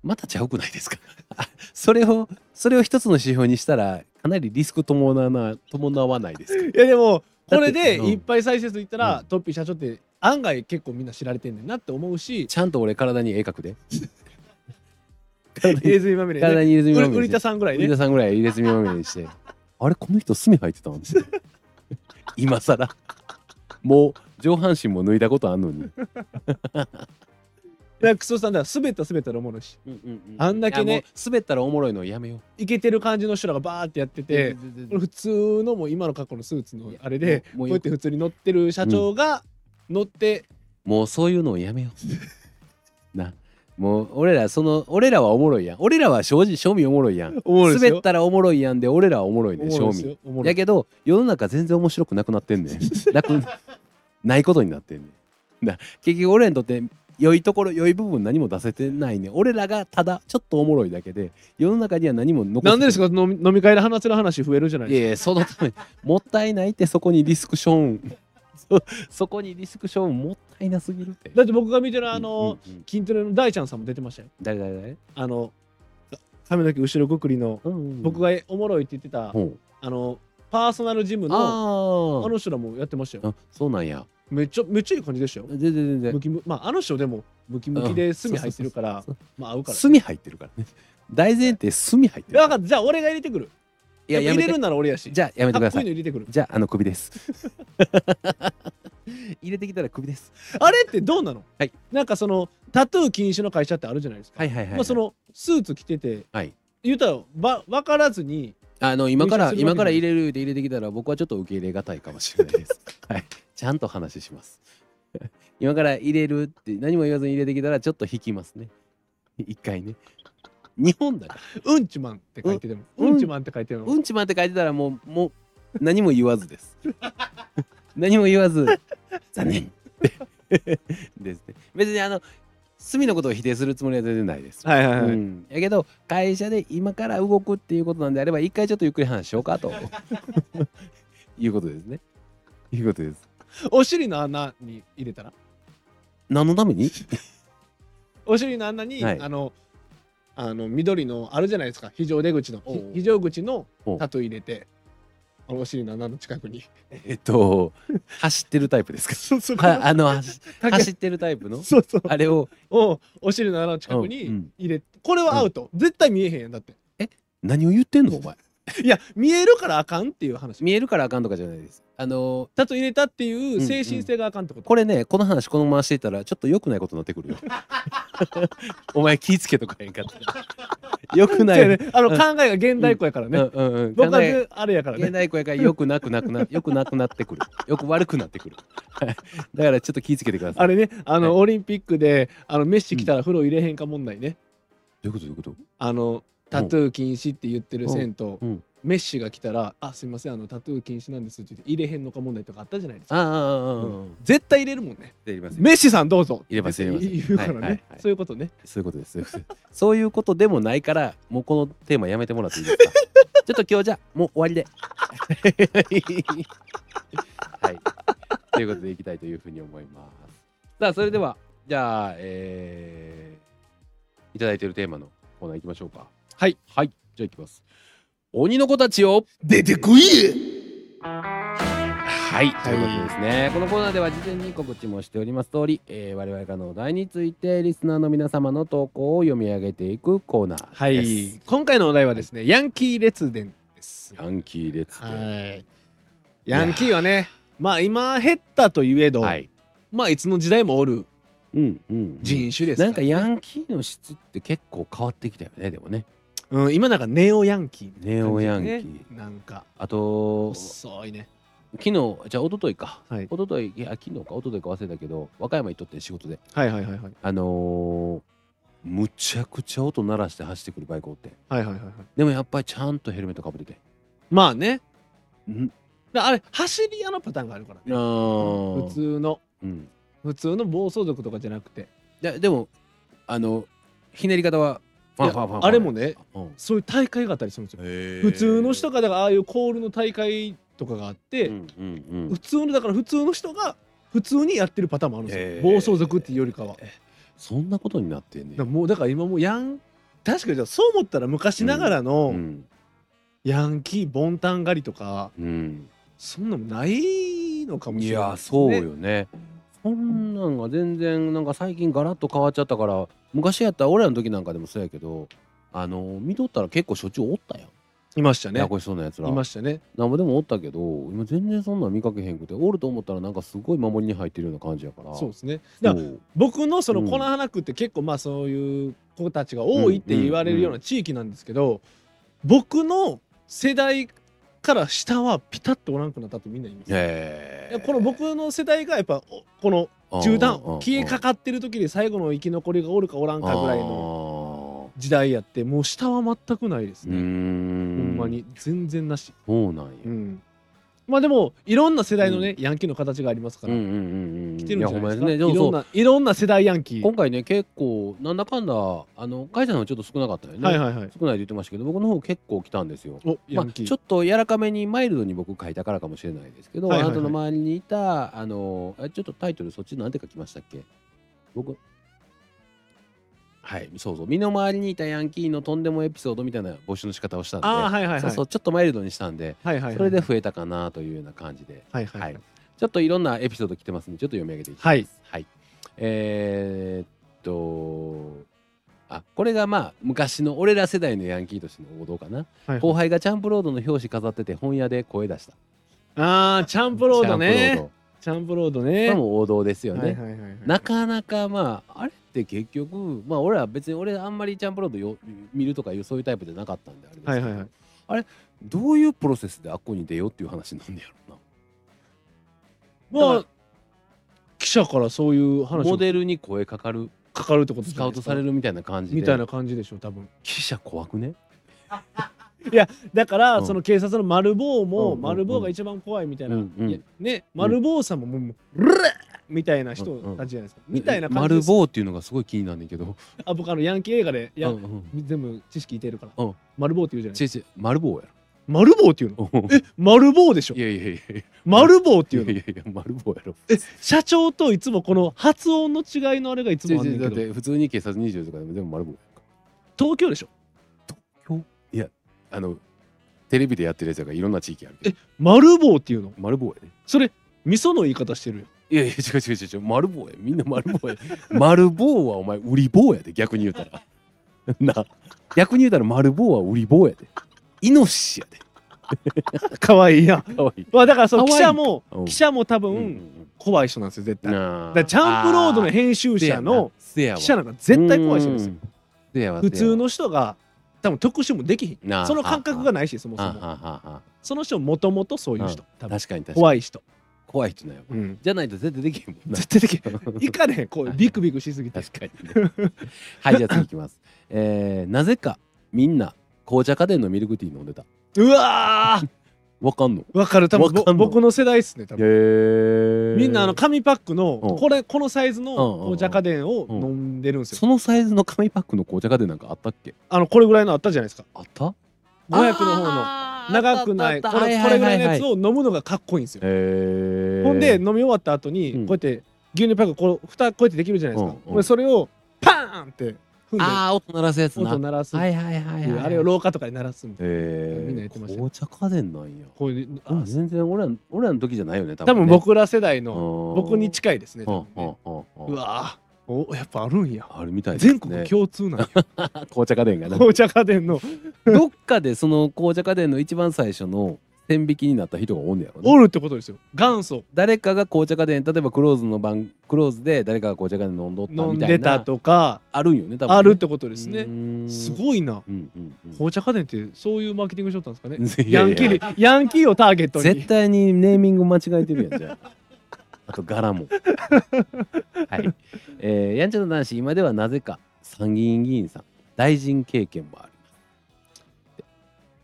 またちゃうくないですか あそれを、それを一つの指標にしたら、かなりリスク伴わな伴わないですか いやでもこれだってでうんいっぱい再生数いったら、うんトッピー社長って案外結構みんな知られてんねんなって思うしちゃんと俺、体に絵描くで。入れ墨まみれ体ねに入れ墨まみれにしてウリタさんぐらい飯ね田さんぐらい入れ墨まみれにしてあれこの人墨入ってた んですよ今更もう上半身も脱いだことあんのに、だからクソさんだから滑った滑ったらおもろいしあんだけねいやもう滑ったらおもろいのやめよイケてる感じの人らがバーってやってうて、これ普通のもう今の過去のスーツのあれでこうもうもやうって普通に乗ってる社長が乗って、もうそういうのをやめよう なもう俺らその俺らはおもろいやん俺らは正直正味おもろいやんおもろいです滑よったらおもろいやんで俺らはおもろいおねもろ正いです味よおもろいやけど世の中全然面白くなくなってん ねんなくないことになってんねんだ結局俺らにとって良いところ良い部分何も出せてないねん俺らがただちょっとおもろいだけで世の中には何も残ってなんでですか飲み飲み会で話せる話増えるじゃないいやでいやそのためにもったいないってそこにディスクションそそこにディスクションもったいなすぎるってすかだって僕が見てるあの、うんうんうん筋トレの大ちゃんさんも出てましたよ誰誰誰あの髪の毛後ろごくりの僕ががおもろいって言ってた、ほうあのパーソナルジムのああの人らもやってましたよ。あそうなんやめっちゃめっちゃいい感じでしたよ。全然全然ムキムまああの人でもムキムキで炭入ってるからそうそうそうまあ合うから。炭入ってるからね大前提炭入ってるいや分かったじゃあ俺が入れてくる。いやでもや入めれてるんなら俺やし。じゃあやめてかくだっこさいいいの入れてくる。じゃああの首です 入れてきたら首ですあれってどうなの？はいなんかそのタトゥー禁止の会社ってあるじゃないですか。はいはいはい、はいまあそのスーツ着てて、はい言うたらば分からずにあの今か入ら社するわけ今から入れるで入れてきたら僕はちょっと受け入れがたいかもしれない ですはいちゃんと話します 今から入れるって何も言わずに入れてきたらちょっと引きますね一回ね日本だからうんちマンって書いてても、うんうんちマンって書いてるの。うんちまんって書いてたらもうもう何も言わずです何も言わず残念ですね別にあの罪のことを否定するつもりは全然ないですはいはいはうい。ん、やけど会社で今から動くっていうことなんであれば一回ちょっとゆっくり話しようかということですね。いうことです。お尻の穴に入れたら。何のためにお尻の穴に、はいあのあの緑のあるじゃないですか非常出口のおうおう非常口のおうタトゥー入れてあのお尻の穴の近くにえっと走ってるタイプですか そうそうはあの走かけ走ってるタイプのそうそうあれをおお尻の穴の近くうんうにん入れて、これはアウト、絶対見えへんやんだって 何を言ってんのお前いや見えるからあかんっていう話見えるからあかんとかじゃないです。あのタトゥー入れたっていうんうん精神性があかんってこと、これねこの話このまましていたらちょっと良くないことになってくるよ。 お前気ぃつけとかへんかったら。 良くな そうやい。ねあの考えが現代っ子やからね、うんうんうん。僕考えはあれやから現ね代子やからよくなくな くなよくなくなってくるよく悪くなってくるはいだからちょっと気ぃつけてくださいあれねあの、はオリンピックであのメッシ来たら風呂入れへんか問題ね、どういうことどういうことあのタトゥー禁止って言ってる銭湯、うんメッシが来たら「あすいませんあのタトゥー禁止なんです」って言って入れへんのか問題とかあったじゃないですかああああああう絶対入れるもんね入れますメッシさんどうぞ入れますって入れます言うからね、はいはいはいそういうことねそういうことですそう いうことですそういうことでもないからもうこのテーマやめてもらっていいで すかちょっと今日じゃもう終わりで はいということでいきたいというふうに思います。さあ、それでは、じゃあ、えーいただいているテーマのコーナーいきましょうか。はい。はい。じゃあいきます。鬼の子たちを出てこいはい、ということですね、このコーナーでは事前に告知もしております通り、えー我々からのお題についてリスナーの皆様の投稿を読み上げていくコーナーです。はい今回のお題はですねヤンキー列伝ですヤンキー列伝はいヤンキーはねまあ今減ったといえど、はい。まあいつの時代もおるうんうん。人種ですならんかヤンキーの質って結構変わってきたよねでもね。うん、今なんかネオヤンキーみたいな感じだね、ネオヤンキーなんかあと昨遅いね日じゃあ一昨日か。はい一昨日いや昨日か一昨日か忘れたけど和歌山行っとって仕事ではいはいはいはいあのー、むちゃくちゃ音鳴らして走ってくるバイクおってはいはいはいはいでもやっぱりちゃんとヘルメットかぶっててまあねうんだあれ走り屋のパターンがあるからね普普通のうん、普通の暴走族とかじゃなくてででもあのひねり方はファンファンファンファンあれもねうんそういう大会があったりするんですよ普普通の人がだからああいうコールの大会とかがあって、うんうんうん普、通のだから普通の人が普通にやってるパターンもあるんですよ、へー暴走族っていうよりかは、そんなことになってんねだからもうだから今もうヤン確かにそう思ったら昔ながらうのんヤンキーボンタン狩りとかうん、そんなのないのかもしいれないやですそうね、よねそんなんが全然なんか最近ガラッと変わっちゃったから昔やったら俺らの時なんかでもそうやけどあの見とったら結構しょっちゅうおったやん、いましたやねやこしそうなやつらいましたねなんぼでもおったけど今全然そんなん見かけへんくておると思ったらなんかすごい守りに入ってるような感じやからそうですねそだうから僕のそのうん粉花区って結構まあそういう子たちが多いって言われるような地域なんですけど、僕の世代から下はピタッとおらんくなったってみんな言います、へえこの僕の世代がやっぱおこの中段消えかかってる時で最後の生き残りがおるかおらんかぐらいのの時代やってもう下は全くないですうーね、んほんまに全然なし、そうなんや、うんまあでもいろんな世代のね、ヤンキーの形がありますから、うんうんうん来てるんじゃないですかやほんまいやねでもろんそうないろんな世代ヤンキー今回ね結構なんだかんだあの会社の方ちょっと少なかったよね、はいはいはい少ないって言ってましたけど僕の方結構来たんですよおまヤあ、ンキー、ちょっと柔らかめにマイルドに僕書いたからかもしれないですけど、はいはいはいあなたの周りにいたあのあちょっとタイトルそっちなんて書きましたっけ僕はいそうそう身の回りにいたヤンキーのとんでもエピソードみたいな募集の仕方をしたんで、ああはいはいはいそうそうちょっとマイルドにしたんで、はいはいはいそれで増えたかなというような感じではいはいははいい、ちょっといろんなエピソード来てますんで、ちょっと読み上げていきます。はい。えー、っと、あ、これがまあ、昔の俺ら世代のヤンキーとしての王道かな。はい後輩がチャンプロードの表紙飾ってて本屋で声出した。チああチャンプロードねこチャンプロードれねも王道ですよね。はいはいはいはいなかなかまあ、あれって結局、まあ俺ら別に俺あんまりチャンプロードよ見るとかいうそういうタイプじゃなかったんで、あれですけど、はいはいはいどういうプロセスであっこに出ようっていう話なんだよな。まあ記者からそういう話モがデルに声かかる、かかるってことスじゃなカいウでトすかされるみたいな感じで。みたいな感じでしょ多分記者怖くねだから、うんその警察の丸坊うんうんも、うん丸坊が一番怖いみたいな、うんうんいやね丸坊さんももうもうルルッみたいな人たちじゃないですか、みたいな感じ丸です棒っていうのがすごい気になんだけどあ僕あのヤンキー映画でいや、うんうん全部知識いてるから、うん丸坊って言うじゃない違う違う丸棒や丸坊っていうのろえ丸坊でしょいやいやいやいや丸坊っていいやうのいやいや丸棒やろえ社長といつもこの発音の違いのあれがいつ違もあうん違うねだっんけどて普通に警察20とかでも全部丸棒やんか東京でしょあのテレビでやってるやつやからいろんな地域あるけど丸棒っていうの丸棒やねそれ味噌の言い方してるよいやいや違う違う違う違う丸棒やみんな丸棒や 丸棒はお前売り棒やで逆に言うたら な逆に言うたら丸棒は売り棒やでイノシシやで可愛いやんかわいいまあだからその可記愛い者もうん記者も多う分怖い人なんですよ絶対だかなあらチャンプロードの編集者のせやわ記者なんか絶対怖い人ですようんせやわ普通せやわの人が多分特殊もできひなあんその感覚がないしそもそあもああその人もともとそういう人あ多分確かに確かに怖い人怖い人だようんじゃないと絶対できへんもんな絶対できへんい確かねへんこうビクビクしすぎてかにね はいじゃあ次いきますえーなぜかみんな紅茶家電のミルクティー飲んでたうわーわかんのわかる多分わかぼんの僕の世代っすね多分えみんなあの紙パックのうんこれこのサイズのうんうんうん紅茶家電を飲んでるんですよ。そのサイズの紙パックの紅茶家電なんかあったっけあのこれぐらいのあったじゃないですか。あった500の方のあー長くないあったこあったあっれたこれぐらいのやつはははを飲むのがかっこいいんですよ。へーほんんで飲み終わった後にうこんうやって牛乳パックこう蓋こうやってできるじゃないですかうんうんこれそれをパーンって踏んでああ、音鳴らすやつな。音鳴らすってはいはいはいい、うはい。あれを廊下とかで鳴らすみたいみんなやえってましたよ紅茶家電なんやな。こういうああ全然俺ら俺らの時じゃないよね。多多分ね、僕ら世代の僕僕に近いですねう多ん分うんねうんううんわーおやっぱあるんやあるみたいですね。全国共通なんや紅茶家電が ね。紅茶家電の どっかでその紅茶家電の一番最初の線引きになった人がおんねやろねおるってことですよ元祖誰かが紅茶家電例えばクローズの番クローズで誰かが紅茶家電飲んどった飲んみたでいたなとかあるんよね多分ねあるってことですねね、すごいないうんうんうん紅茶家電ってそういうマーケティングしとったんですかねいヤやいやンキーでヤンキーをターゲットに絶対にネーミング間違えてるやんじ ゃああと柄もはい、えー、やんちゃな男子今ではなぜか参議院議員さん大臣経験もあ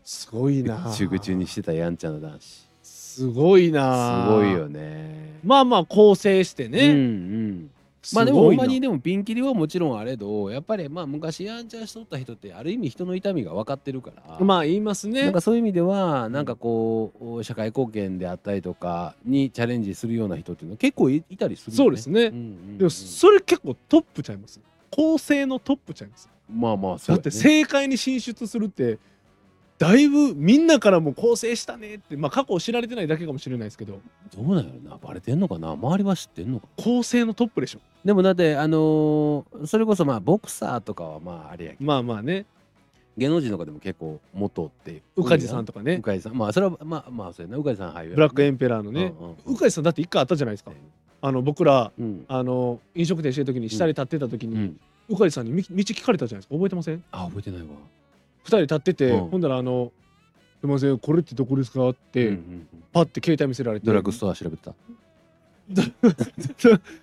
すごいりなぐちゅぐちゅにしてたやんちゃな男子すすごいなごいよねまあまあ構成してうんうねんまあでもすごほいんなまにでもピンキリはもちろんあれどやっぱりまあ昔やんちゃしとった人ってある意味人の痛みが分かってるからまあ言いますなねんかそういう意味ではなんかこう社会貢献であったりとかにチャレンジするような人っていうのは結構いいたりするよねそうですねうんうんうんでもそれ結構トップちゃいます構成のトップちゃいますまあまあそだうってやね政界に進出するってだいぶみんなからも構成したねってまあ過去を知られてないだけかもしれないですけどどうなのなバレてんのかな周りは知ってんのかな構成のトップでしょでもだってあのーそれこそまあボクサーとかはまああれやけどまあまあね芸能人の中でも結構元って宇梶さんとかねねうかじさんまあそれはまあまあそうやなうかじさん俳優ブラックエンンペラーのねうんうん宇梶さんだって一回あったじゃないですかあの僕らうんあの飲食店してる時に下に立ってた時うにん宇梶さんにみ道聞かれたじゃないですか覚えてませんあ覚えてないわ二人立ってて、うんほんだらあの「すいませんこれってどこですか?」っうて、んうんうんパッて携帯見せられてドラッグストア調べてた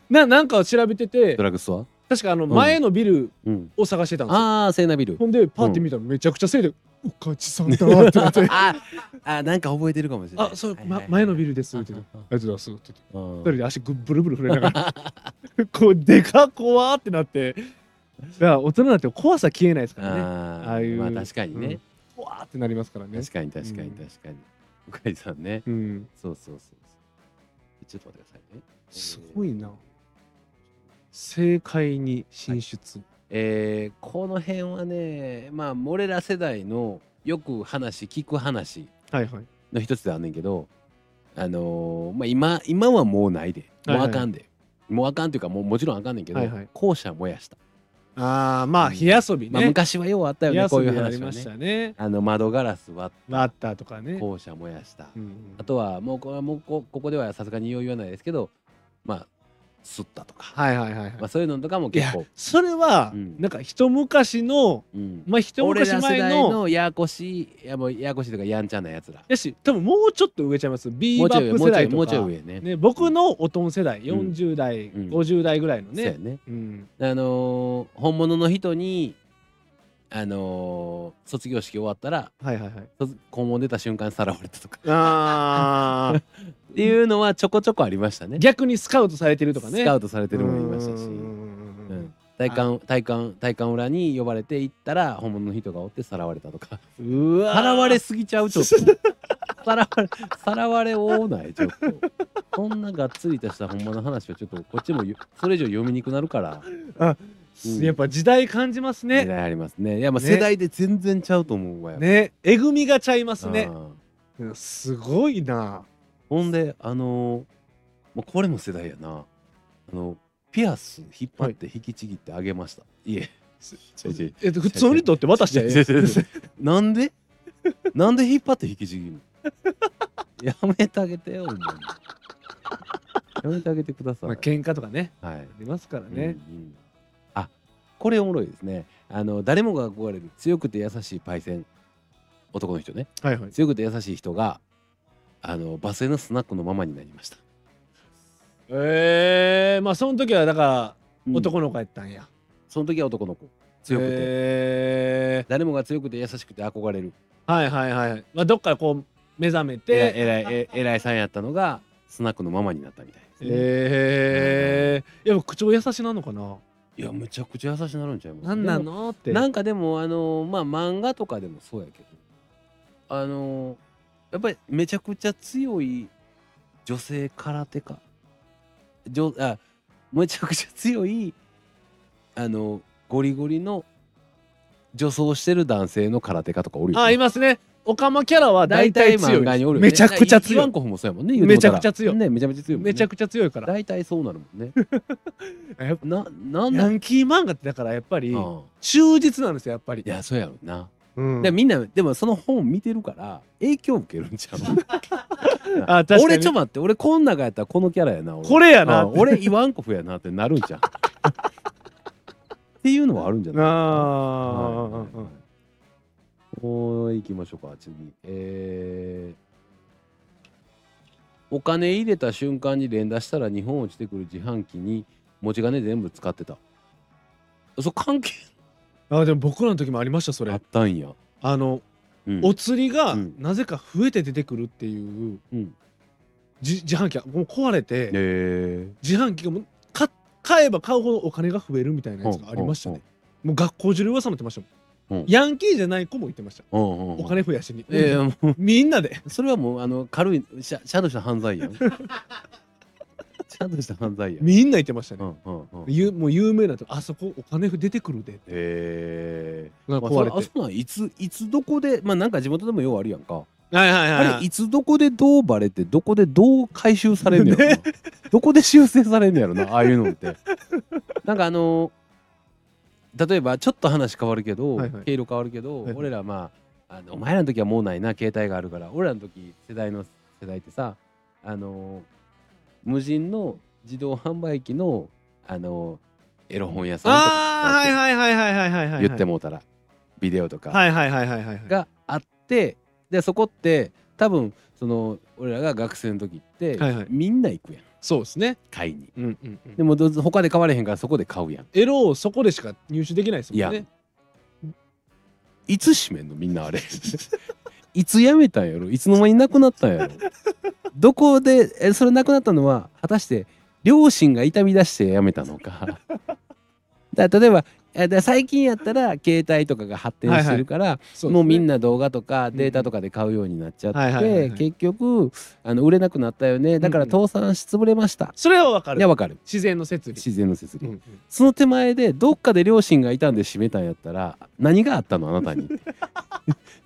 ななんかを調べててドラッグスト確かあのん前のビルアうんを探してたんですよ、ああセーナビルほんでパッて見たらめちゃくちゃせいで「うかちさんだ」ってなって「ああなんか覚えてるかもしれないあそう、ま、前のビルです」って言って「ありがとうございます」って言ってうん二人で足ぐブルブル震えながら こうでか怖ってなってだから大人になっても怖さ消えないですからねあーああいうまあ確かにね、怖ってなりますからね確かに確かにうん確かに向井さんねうんそうそうそうそうちょっと待ってくださいねすごいな政界に進出、えーこの辺はねまあ俺ら世代のよく話聞く話はいはいの一つではあんねんけどあのーまあ今今はもうないでもうあかんで、もうあかんっていうかもうもちろんあかんねんけど、はいはい校舎燃やした、ああまあうん火遊びまあね、昔はようあったよねこ火うい遊うびあり話はまねしたねあの窓ガラス割っバッターとかね校舎燃やした、うんあとはもうこれはもうこここではさすがによう言わないですけどまあ吸ったとか、はいはいはいはいまあ、そういうのとかもい結や構、それはうんなんか一昔のうん、まあ一俺昔ら世前代ののややこしいいやもうややこしいとかやんちゃなやつらやし多分もうちょっと上ちゃいますビもーうちバょいッ上プも世うちょい代もとうちょいか上ねね僕のおとん世代うん40代、うん50代ぐらいのそうやね、ねうん、あのー本物の人にあのー卒業式終わったらはいはいはい卒校門出た瞬間さらわれたとか あーっていうのはちょこちょこありましたね逆にスカウトされてるとかねスカウトされてるもいましたし、ううんん体感体感体感裏に呼ばれて行ったら本物の人がおってさらわれたとかうわーさらわれすぎちゃうちょっとさらわれさらわれ多ないちょっとこんながっつりとしたほんまの話はちょっとこっちもよそれ以上読みにくくなるからうんやっぱ時代感じます時ね。代ありますねいやまあね世代で全然ちゃうと思うわよ、ね、えぐみがちゃいまうすんね。うんすごいな。ほんであのーまあ、これも世代やなあのピアス引っ張って引きちぎってあげました、い、え違う違うえっと普通に取って渡して。違う違う違うなんでなんで引っ張って引きちぎるのやめてあげてよほんまにやめてあげてください、まあ喧嘩とかね、はいありますからねね。、あこれおもろいですねあの誰もが憧れる強くて優しいパイセン男の人ねはいはい。強くて優しい人があのバスへのスナックのままになりました、ええ、まあその時はだから男の子やったんや。その時は男の子強くて、え誰もが強くて優しくて憧れるえはいはいはい。まあどっからこう目覚めえらいて。えらいええらいさんやったのがスナックのままになったみたいですね、ええ。やっぱ口調優しなのかな。いやむちゃくちゃ優しくなるんちゃいますなんなのって。でもなんかでもあのまあ漫画とかでもそうやけどあのやっぱりめちゃくちゃ強い女性空手家女あめちゃくちゃ強いあのゴリゴリの女装してる男性の空手家とかおるよ、ね、あいますねオカマキャラは大体強漫画においるよねめちゃくちゃイワ強ンいコフもそうやもんね言うてもたらめちゃくちゃ強いねめちゃめちゃ強いもんねめちゃくちゃ強いから大体そうなるもんねやっななんだヤンキー漫画ってだからやっぱりうん忠実なんですよやっぱりいやそうやろな、うんでみんなでもその本見てるから影響受けるんちゃ うあ確かに俺ちょっと待って俺こん中やったらこのキャラやな俺これやなあ俺イワンコフやなってなるんじゃ んっていうのはあるんじゃないはいあーもう行きましょうか次えーお金入れた瞬間に連打したら日本落ちてくる自販機に持ち金全部使ってたそう関係あでも僕らの時もありましたそあっれたんや、あのうんお釣りがうんなぜか増えて出てくるっていううんじ自販機がもう壊れてえ自販機がもう買っ買えば買うほどお金が増えるみたいなやつがありましたね。もう学校中で噂になってましたもん。うんヤンキーじゃない子も言ってました。うんうんうんお金増やしに。ええもうみんなで。それはもうあの軽いシャシャドした犯 罪やんシャドした犯罪やん、みんな言ってましたうね。んうんうん、ゆもう有名なとあそこお金出てくるでえー、まあ壊れそあてそうなんいついつどこでまあなんか地元でもようあるやんか、はいはいはいあはれいいつどこでどうバレてどこでどう回収されんのやろな、ねどこで修正されんのやろなああいうのってなんかあの例えばちょっと話変わるけど、はいはい経路変わるけど、はいはい俺らまああのお前らの時はもうないな携帯があるから俺らの時世代の世代ってさあの無人の自動販売機のあのエロ本屋さんとかあーはいはいはいはいはいはいはい言ってもうたらビデオとか、はいはいはいはいはいはいがあってでそこって多分その俺らが学生の時って、はいはいみんな行くやんそうですね買いにうんうんうんでもどうぞ他で買われへんからそこで買うやんエロをそこでしか入手できないですもん いやねいつ閉めんのみんなあれいつやめたんやろいつの間になくなったんやろ どこでえそれなくなったのは果たして両親が痛み出してやめた のかだ例えばえだ最近やったら携帯とかが発展してるから、そうですねもうみんな動画とかデータとかで買うようになっちゃはいっはいはいてはい結局あの売れなくなったよねだからうん倒産し潰れました、それはわかいやるわかる自然の設備自然の設う備、んその手前でどっかで両親がいたんで閉めたんやったら何があったの あなたにっ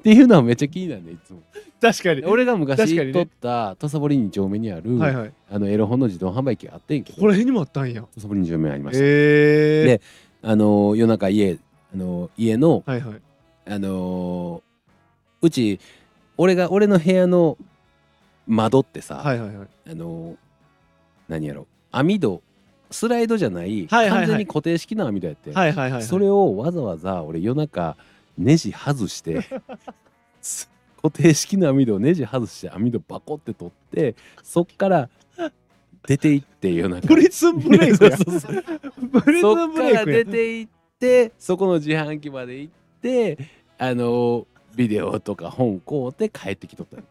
ていうのはめっちゃ気になるねいつも確かには俺が昔確かに取ねった土佐堀2丁目にある、いはいあのエロ本の自動販売機があってんけこどこら辺にもあったんや土佐堀2丁目ありました、へであの夜中家あの家のはいはいあのーうち俺が俺の部屋の窓ってさ、はいはいはいあのー何やろ網戸スライドじゃない,、はいはいはい完全に固定式の網戸やって、はいはいはいそれをわざわざ俺夜中ネジ外して す固定式の網戸をネジ外して網戸バコって取ってそっから出ていって夜中プリズンブレイク やそうそうそうプリズそンっブかレイらク出やて行ってそこの自販機まで行ってあのビデオとか本買うて帰ってきとったよ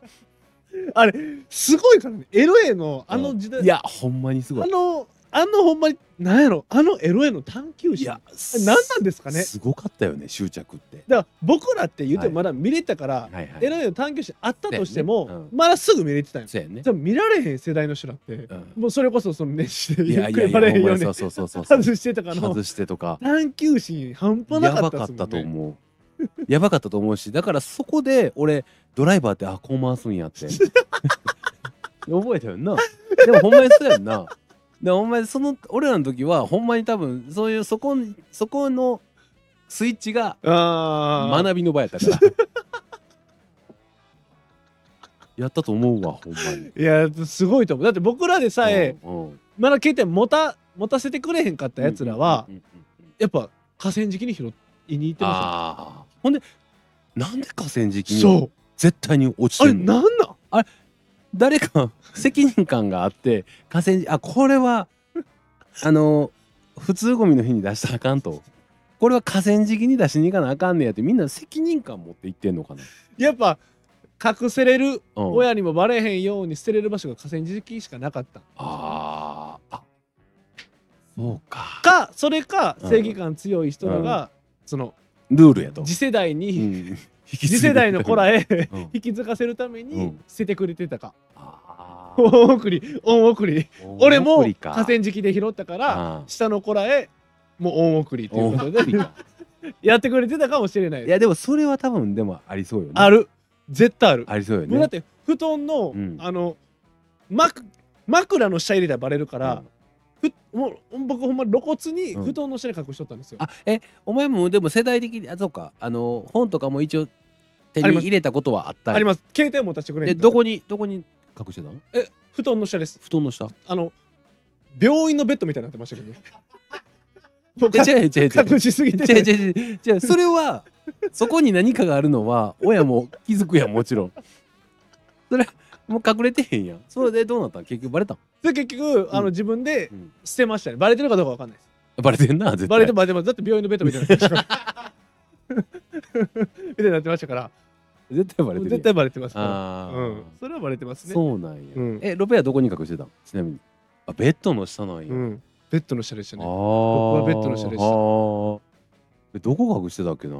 あれすごいからねエロエのあの時代いやほんまにすごあいのあのほんまになんやろあのエロエの探求い心やあれ何なんですかねすごかったよね執着ってだから僕らって言うてもはいまだ見れたから、はいはエいロエの探求心あったとしても、だよねうんまだすぐ見れてたんよそうやねでも見られへん世代の人だって、うんもうそれこそその熱視でいゆやっいくやりいバやレほへんようんまににそうそうそうそう外してたからの外してとか探求心半端なやかばったかっっすもたんとね思うやばかったと思うしだからそこで俺ドライバーってあこう回すんやって 覚えたよなでもほんまにそうやんなでほんまにその俺らの時はほんまに多分そういうそこにそこのスイッチがああ学びの場やっ たからやったと思うわほんまにいやすごいと思うだって僕らでさえ、うんうんまだ携帯持た持たせてくれへんかったやつらは、うんうんうんうんやっぱ河川敷に拾いに行ってまああほんでなんで河川敷したにはそう絶対に落ちあてれんなのんなん誰か責任感があって河川敷あこれはあの普通ゴミの日に出したらあかんとこれは河川敷に出しに行かなあかんねやってみんな責任感持って行ってんのかな、やっぱ隠せれるうん親にもバレへんように捨てれる場所が河川敷しかなかったあーあそうかかそれかうん正義感強い人らが、そのルールやと、次世代に、うん次世代の子らへうん引き継がせるためうにん捨ててくれてたか、あ大送り恩送り 俺も河川敷で拾ったからあ下の子らへもう恩送りということで やってくれてたかもしれないいやでもそれは多分でもありそうよねある絶対あるありそうよもうだねって布団の、うんあの枕枕の下入れたらバレるから、ふもう僕ほんま露骨にうん布団の下に隠しとったんですよ、あえお前もでも世代的にあそうかあの本とかも一応手に入れたことはあったありまます携帯持たせてくれでんとどこにどこに隠してたの布団の下です布団の下あの病院のベッドみたいになってましたけど ねもうえか違う違う違う隠しすぎて違う違う違う違うそれはそこに何かがあるのは親も気づくやんもちろんそれもう隠れてへんやんそれでどうなったん結局バレたん、で結局あの、うん自分でうん捨てましたねバレてるかどうかわかんないですバレてんな絶対バレてもバレてもだって病院のベッドみたいになってましたから みたいになってましたから絶対バレてるやん絶対バレてますからああ、うんそれはバレてますねそうなんや、うんえロペはどこに隠してたんちなみにあベッドの下なんや、うあんベッドの下でしたねあ僕はベッドの下でしたあーえどこ隠してたっけな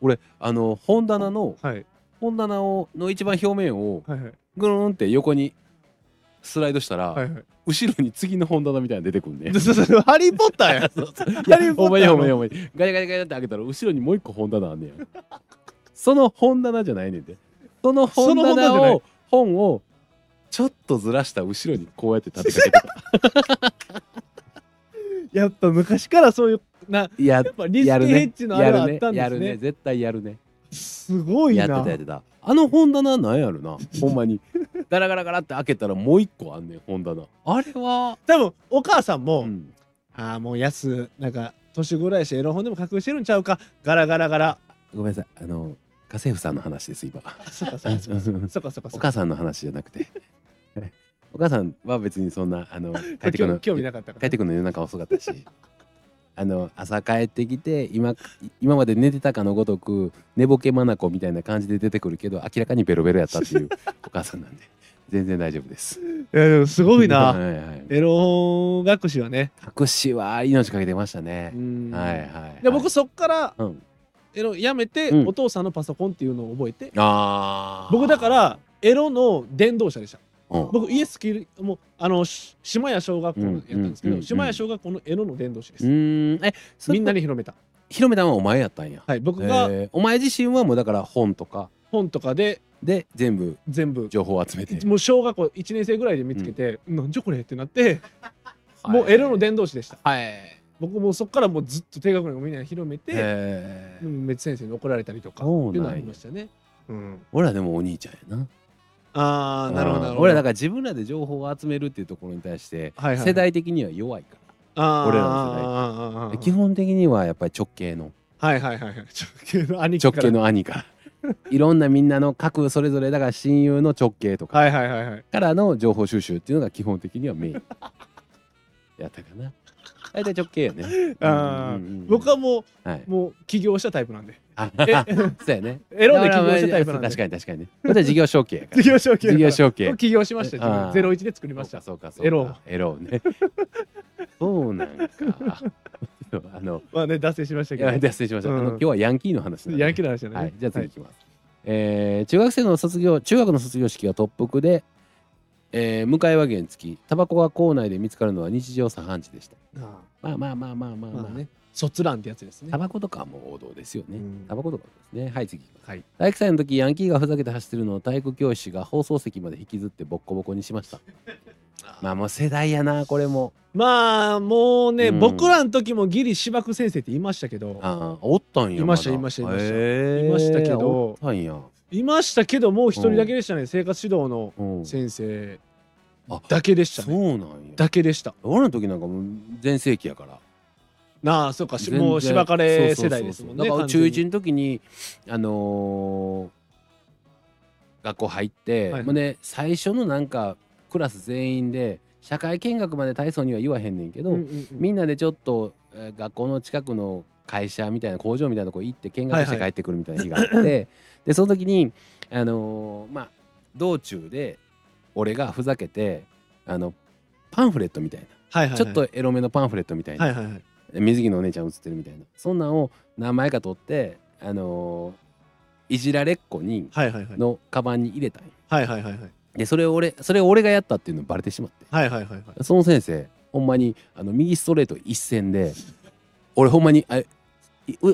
俺あの本棚のはい本棚をの一番表面をはいはいぐるんって横にスライドしたら、はいはい後ろに次の本棚みたいなの出てく んねそうそうそうハリー・ポッター やいやハリーポッターのお前やお前やお前ガチャガチャガチャって開けたら後ろにもう一個本棚あんねやその本棚じゃないねんてその本その本棚棚じゃなを本をちょっとずらした後ろにこうやって立てかけてたやっぱ昔からそういうなやや やっぱリスキーヘッジのあれはあっねたんでやするねね絶対やるねすごいやなってたやってたあの本棚なんや るなほんまにガラガラガラって開けたらもう一個あんねん本棚あれは、多分お母さんうもん、ああもうやすなんか年ぐらいやしエロ本でも隠してるんちゃうかガラガラガラごめんなさいあの家政婦さんの話です今そっかそっか そっかそっかそっかおそっか母さんの話じゃなくてお母さんは別にそんな あの帰ってく興るの味興味帰なかったかってくるの夜中遅かったし あの朝帰ってきて今今まで寝てたかのごとく寝ぼけまなこみたいな感じで出てくるけど明らかにベロベロやったっていうお母さんなん で全然大丈夫ですらいやでもすごいな はいはいエロ本学士はね隠しは命かけてましたねう、んはいはいはいで僕そっからうん、エロやめてうんお父さんのパソコンっていうのを覚えてあー僕だからエロの伝道者でしたうん僕イエスキリもうあのし島屋小学校のやったんですけうんうんどうんうん島屋小学校のエロの伝道師でうすーんえみんなにに広めた広めたのはお前やったんや、はい僕がえーお前自身はもうだから本とか本とかでで全部全部情報を集めて、もう小学校1年生ぐらいで見つけてなんじゃこれってなってはいもうエロの伝道師でしたはい僕もうそっからもうずっと低学年をみんなに広めてへーうんめっちゃ先生に怒られたりとかってそうなんいやうのありましたねうん俺はでもお兄ちゃんやなああなるほどなるほうんど俺はだかから自分らで情報を集めるっていうところに対してはいはい世代的には弱いから、ら俺らの世代の基本的にはやっぱり直系のはいはいはいはい直系の兄貴直から系の 兄からいろんなみんなの各それぞれだから親友の直系とかはいはいはいはいからの情報収集っていうのが基本的にはメイン やったかな大体直系やね あーうんうんうん僕はも はい、うもう起業したタイプなんであえそうやねエロで起業したタイプなんで確かに確かにねまた事業承 継やから事業承継事業承継起業しました自あ分ーゼロ一で作りましたそうかそうかエロエ ロねそうなんか あのまあね脱線しましたいけどや脱線しました、あのうん今日はヤンキーの話なんでヤンキーの話じゃないはいじゃあ次いきます、えー中学生の卒業中学の卒業式が突腹で、えー向かいは原付きタバコが校内で見つかるのは日常茶飯事でしたあまあまあまあまあまあーまあ、まあね卒欄ってやつですねタバコとかはもう王道ですよね、うんタバコとかですねはい次いきますはい体育祭の時ヤンキーがふざけて走ってるのを体育教師が放送席まで引きずってボッコボコにし ましたまあもう世代やなこれもまあもうね、うん僕らの時もギリ芝生先生っていましたけどああおったんやいましただいましたいましたへえいましたけどおったんや、いましたけどもう一人だけでしたね、生活指導のうん、先生あだけでしたそねうなんやだけでした俺の時なんかもう全盛期やからなあそうかし全然もう芝カレーそ世うそうそうそう代ですもんねだから完全中に1の時にあのー学校入って、はいもうね最初のなんかクラス全員で社会見学まで体操には言わへんねんけど、うんうんうんみんなでちょっと、えー学校の近くの会社みたいな工場みたいなとこ行って見学はしていは帰いってくるみたいな日があって、 でその時にあのーまあ道中で俺がふざけてあのパンフレットみたいな、はいはいはいちょっとエロめのパンフレットみたいな、はいはいはい水着のお姉ちゃん写ってるみたいなそんなんを何枚か取ってあのーいじられっ子にはいはいはいのカバンに入れたんよはいはいはいはいでそれを俺それを俺がやったっていうのバレてしまってはいはいはいはい。その先生ほんまにあの右ストレート一戦で俺ほんまにあい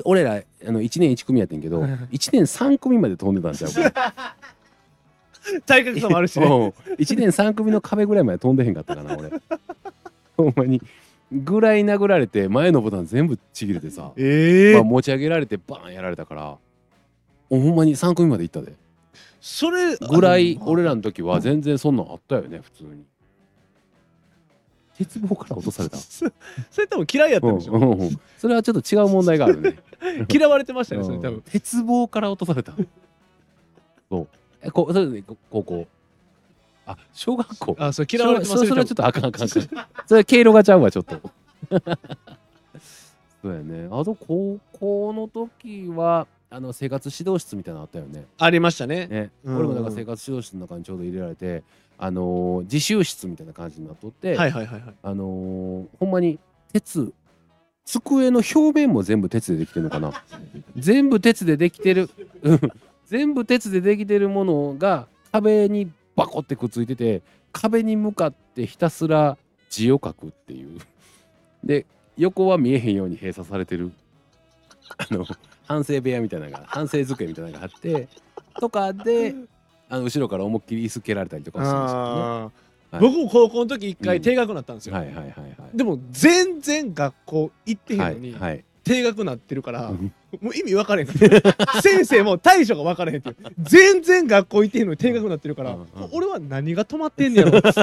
俺らあの1年1組やってんけどはいはい1年3組まで飛んでたんちゃうかな体格差もあるしね。うん1年3組の壁ぐらいまで飛んでへんかったかな俺 ほんまにぐらい殴られて前のボタン全部ちぎれてさ、ええまあ、持ち上げられてバーンやられたからほんまに3組まで行ったでそれぐらいあの俺らの時は全然そんなんあったよね普通に鉄棒から落とされ たそそれ多分嫌いやったうんんでしょ、うんうんそれはちょっと違う問題があるね嫌われてましたね、それ多うん分。鉄棒から落とされたそうえこそうですねこ高校あ小学校あ、それ嫌われてますそね。れそれはち多ょっとあかんあかんあかん それ経路がちゃうわちょっと そうやねあと高校の時はあの生活指導室みたいなのあったよね分ありましたね。ねうん俺もなんか生活指導室の中にちょうど入れられてあのー自習室みたいな感じになっとって、はいはいはいはい。あのーほんまに鉄机の表面も全部鉄でできてるのかな全部鉄でできてるうん全部鉄でできてるものが壁にバコってくっついてて壁に向かってひたすら字を書くっていうで横は見えへんように閉鎖されてるあの反省部屋みたいなのが反省机みたいなのがあってとかであの後ろから思いっきり椅子蹴られたりとかもしてましたけどね。あはーい僕も高校の時一う回ん定額になったんですよ。はいはいはいはいでも全然学校行ってへんはのいにはい定額なってるから、うんもう意味分からへん 先生も対処が分からへんっていう全然学校行ってへんのに定額なってるから、うんうんもう俺は何が止まってんねや ろ意味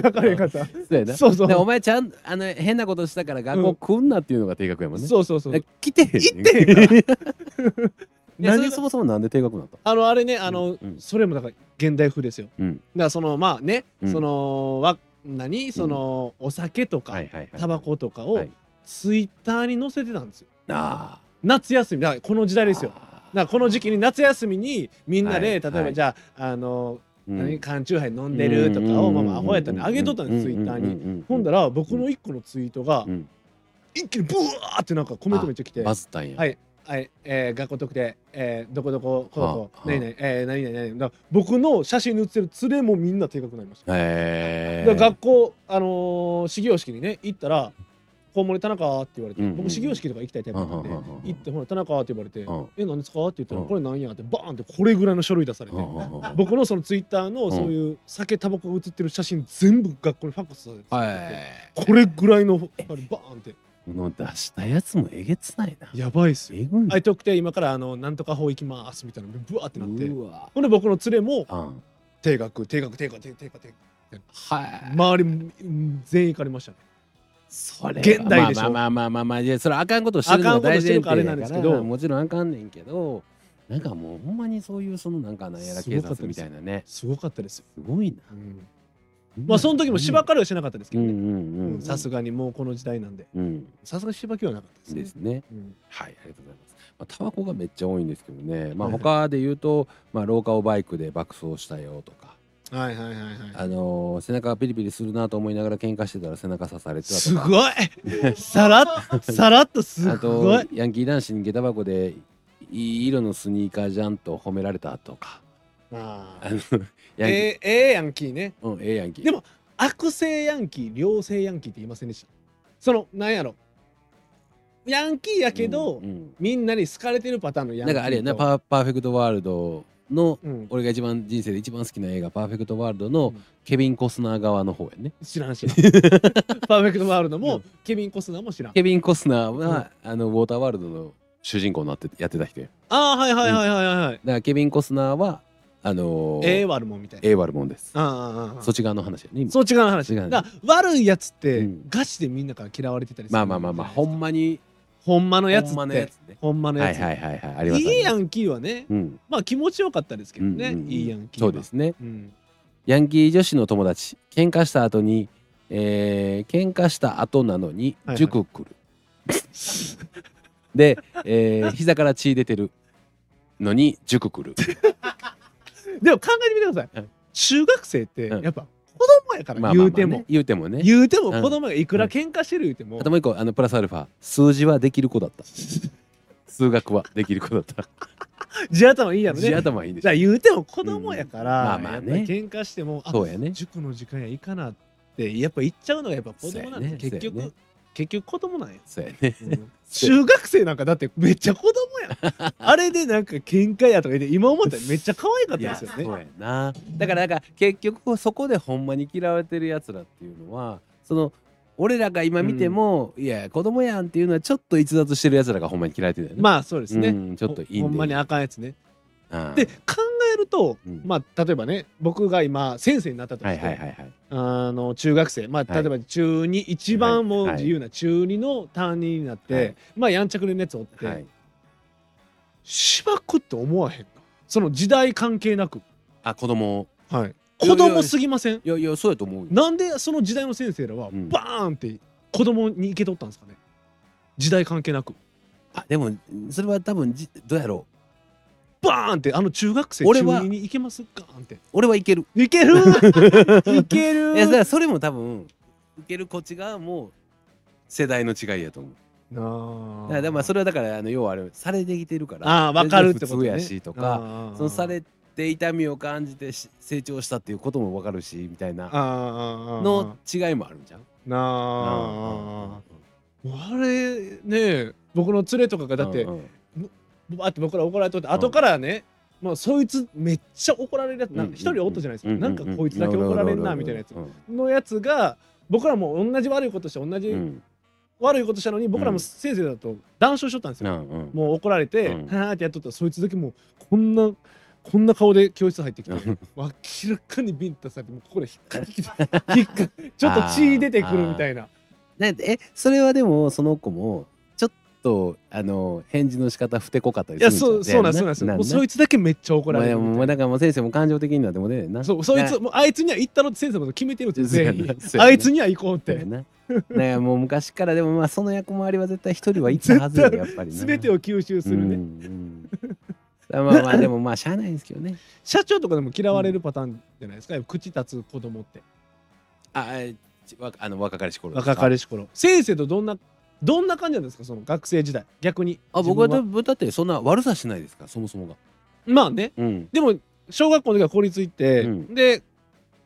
分からへんかった、そうやな。 そうそうでお前ちゃんあの変なことしたから学校来んなっていうのが定額やもんね。そうそうそうえ来てへん行ってへんから 何そ何がれそもそもなんで定額なったあのあれねあの、うんうんそれもだから現代風ですよ、うんだからそのまあね、うんそのわ何その、お酒とか、いはいはいタバコとかはをいツイッターに載せてたんですよあ夏休みだからこの時あ代ですよだからこの時期に夏休みにみんなはで、例えいば、はいじゃああの、うん何缶チューハイ飲んでるとかを、まあまあアホやったんであげとったんですツイッターに。にほんだら、ら僕の一個のツイートが、うん一気にブワーってなんかコメントめっちゃ来て「バズったんや。はいはいえー学校特定、えーどこどここはあのはあ子何々えー何々何々」だから僕の写真に写ってる連れもみんな定額になりました。へだえ。から学校、あのー始業式にね行ったら「小森田中」って言われて、うんうんうん僕始業式とか行きたいタイプなんで、うんうんうんうん行って「ほら田中」って言われて「うんえ何ですか?」って言ったら「うんこれなんや?」ってバーンってこれぐらいの書類出されて、うんうんうん僕のそのツイッターんのそういう酒タバコが写ってる写真全部学校にファックスされて、はい。これぐらいのあれバーンってこの出したやつもえげつないな。やばいっすよ。えぐい。はい特定今からあのなんとか法行きますみたいなブワーってなってうわ。ほんで僕の連れもあん。定額定額定額定額定額定額はい。周りうん全員行かれましたね。それは現代でしょまあまあまあまあまあいやそれあかんことしてるのは大前提やあかんことしてるからあれなんですけどもちろんあかんねんけどなんかもうほんまにそういうそのなんかなんやら警察みたいなねすごかったですよ。すごいなうんまあその時も芝か刈りはしなかったですけうどんねうんうんさすがにもうこの時代なんでうんさすがに芝刈りはなかったでですすねねうんはいありがとうございますまあタバコがめっちゃ多いんですけどねまあはいはい他で言うとまあ廊下をバイクで爆走したよとかはいはいはいはあのー背中がピリピリするなと思いながら喧嘩してたら背中刺されいてたとかすご いさらっさらっとすあごといヤンキー男子に下駄箱でいい色のスニーカーじゃんと褒められたとかああーのヤンキー、ええええヤンキーねうん、ええヤンキーでも悪性ヤンキー良性ヤンキーって言いませんでしたそのなんやろヤンキーやけど、うんうんみんなに好かれてるパターンのヤンキーなんかあれやなーパ「パーフェクトワールド」のうん俺が一番人生で一番好きな映画「パーフェクトワールド」うのんケビン・コスナー側の方やね知らん知 らんパーフェクトワールドも、うんケビン・コスナーも知らんケビン・コスナーは、あのウォーターワールドの主人公になってやってた人やだかああはいはいはいはいはい、はいらケビン・コスナーはあのー、ええ悪もんみたいなええ悪者ですああああああそっち側の話やね今そっち側の話違うねだから悪いやつって、うんガチでみんなから嫌われてたりするまあまあまあまあほんまにほんまのやつってほんまのやつねほんまのはやいつはいはいはいありますいいヤンキーはねうんまあ気持ちよかったですけどね、うんうんうんいいヤンキーそはうですねうんヤンキー女子の友達喧嘩した後に、えー、喧嘩した後なのにはいはい塾来る、で、えー、膝から血出てるのに 塾来るでも考えてみてください、うん中学生ってうんやっぱ子供やからまあまあまあ言うても、ね言うてもね言うてもうん子供がいくら喧嘩してる言うても、あともう一個あのプラスアルファ数字はできる子だった数学はできる子だった。地頭いいやろね地頭いいでじゃしあ言うても子供やから、うんまあまあねやっぱり喧嘩してもょ。あそうやね。塾の時間やいかなってやっぱ言っちゃうのがやっぱ子供なんで、そうやね結局、そうやね結局子供なんや、 そうやね。うんそう中学生なんかだってめっちゃ子供やんあれでなんか喧嘩やとか言って今思ったらめっちゃ可愛かっいたや、ですそうよねやな。だから、なんか、結局、そこでほんまに嫌われてるやつらっていうのは、その、俺らが今見ても、いや、子供やんっていうのは、ちょっと逸脱してるやつらがほんまに嫌われてるよね。あ、まあそうですね、うん、ちょっといいんほで。んまにあかんやつねうんで考えると、うんまあ例えばね僕が今先生になったとして、はいはいはいはい。あの中学生まあは例いえば中2、一番もうはい自由な中2の担任になって、はいまあやんちゃくれのやつおって、はい、しばくって思わへんかその時代関係なく、あ子供はい、い子や供すぎませんいやいやそうやと思うよなんでその時代の先生らはうんバーンって子供にいけとったんですかね時代関係なくあでもそれは多分じどうやろバーンってあの中学生中俺は2に行けますかーン ってう俺はいけるいけ るいけいやだかるらそれも多分受けるこっち側も世代の違いやと思うあだーからまあそれはだからあの要はあれされてきてるからあーわかるってこと、ね、普通やしとかあーそのされて痛みを感じてし成長したっていうこともわかるしみたいなあーの違いもあるんじゃんなうんああれね僕の連れとかがだってうんうんバーって僕ら怒られとって後からねまあそいつめっちゃ怒られるやつなんか一人おったじゃないですかなんかこいつだけ怒られるなみたいなやつうんのやつが僕らも同じ悪いことして同うじん悪いことしたのに僕らも先生だと談笑しとったんですうよんうんもう怒られてうんはーってやっとったらそいつだけもうこんなこんな顔で教室入ってきてうん明らかにビンタされてもうここで引っかき 引っかちょっと血出てくるみたいななんでえそれはでもその子もちょっとあの返事の仕方ふてこかったりいするやんじゃそうそうなんですそうなんですもうそいいつだけめっちゃ怒られるみたいなもうだからもう先生も感情的になってもねえなそうそいつなもうあいつ には行ったろって先生のこと決めてるんですよそうや全な員そうやあないつには行こうっそうやて なだからもう昔からでもまあその役回りは絶対一人はいたはずよ絶やっぱり全てをを吸収するね、まあま あでもまあしゃあないんですけどね社長とかでも嫌われるパターンじゃないですか、やっぱ口立つ子供ってああちわあの若かりし頃です若かりし頃先生とどんなどんな感じなんですかその学生時代逆にあ僕は自だ分だってそんな悪さしないですからそもそもがまあねうんでも小学校の時は公立行って、うんで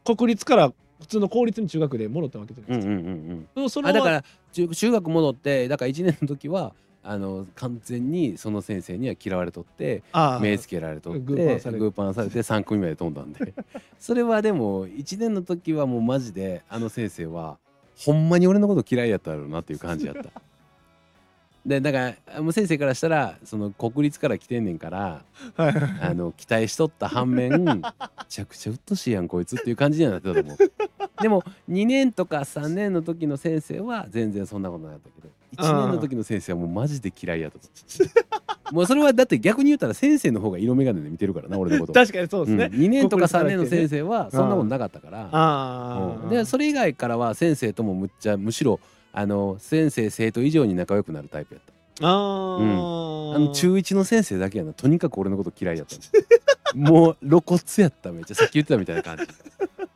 国立から普通の公立に中学で戻ったわけじゃないですか、うんうんでもそのあだかままら中中学戻ってだから1年の時はあの完全にその先生には嫌われとってああ目つけられとってグーパンされるグーパンされて3組まで飛んだ んでそれはでも1年の時はもうマジであの先生はほんまに俺のこと嫌いやったやろうなっていう感じ やった。でだからもう先生からしたらその国立から来てんねんからはいはいはいあの期待しとった反 面めちゃくちゃうっとしいやんこいつっていう感じにはなってたと思うでも2年とか3年の時の先生は全然そんなことなかったけど1年の時の先生はもうマジで嫌いやともうそれはだって逆に言ったら先生の方が色眼鏡で見てるからな俺のこと確かにそうですね、 2年とか3年の先生はそんなことなかったから、あうあんでそれ以外からは先生ともむっちゃむしろあの先生生徒以上に仲良くなるタイプやったあー、あの中1の先生だけやなとにかく俺のこと嫌いやったの もう露骨やっためっちゃさっき言ってたみたいな感じ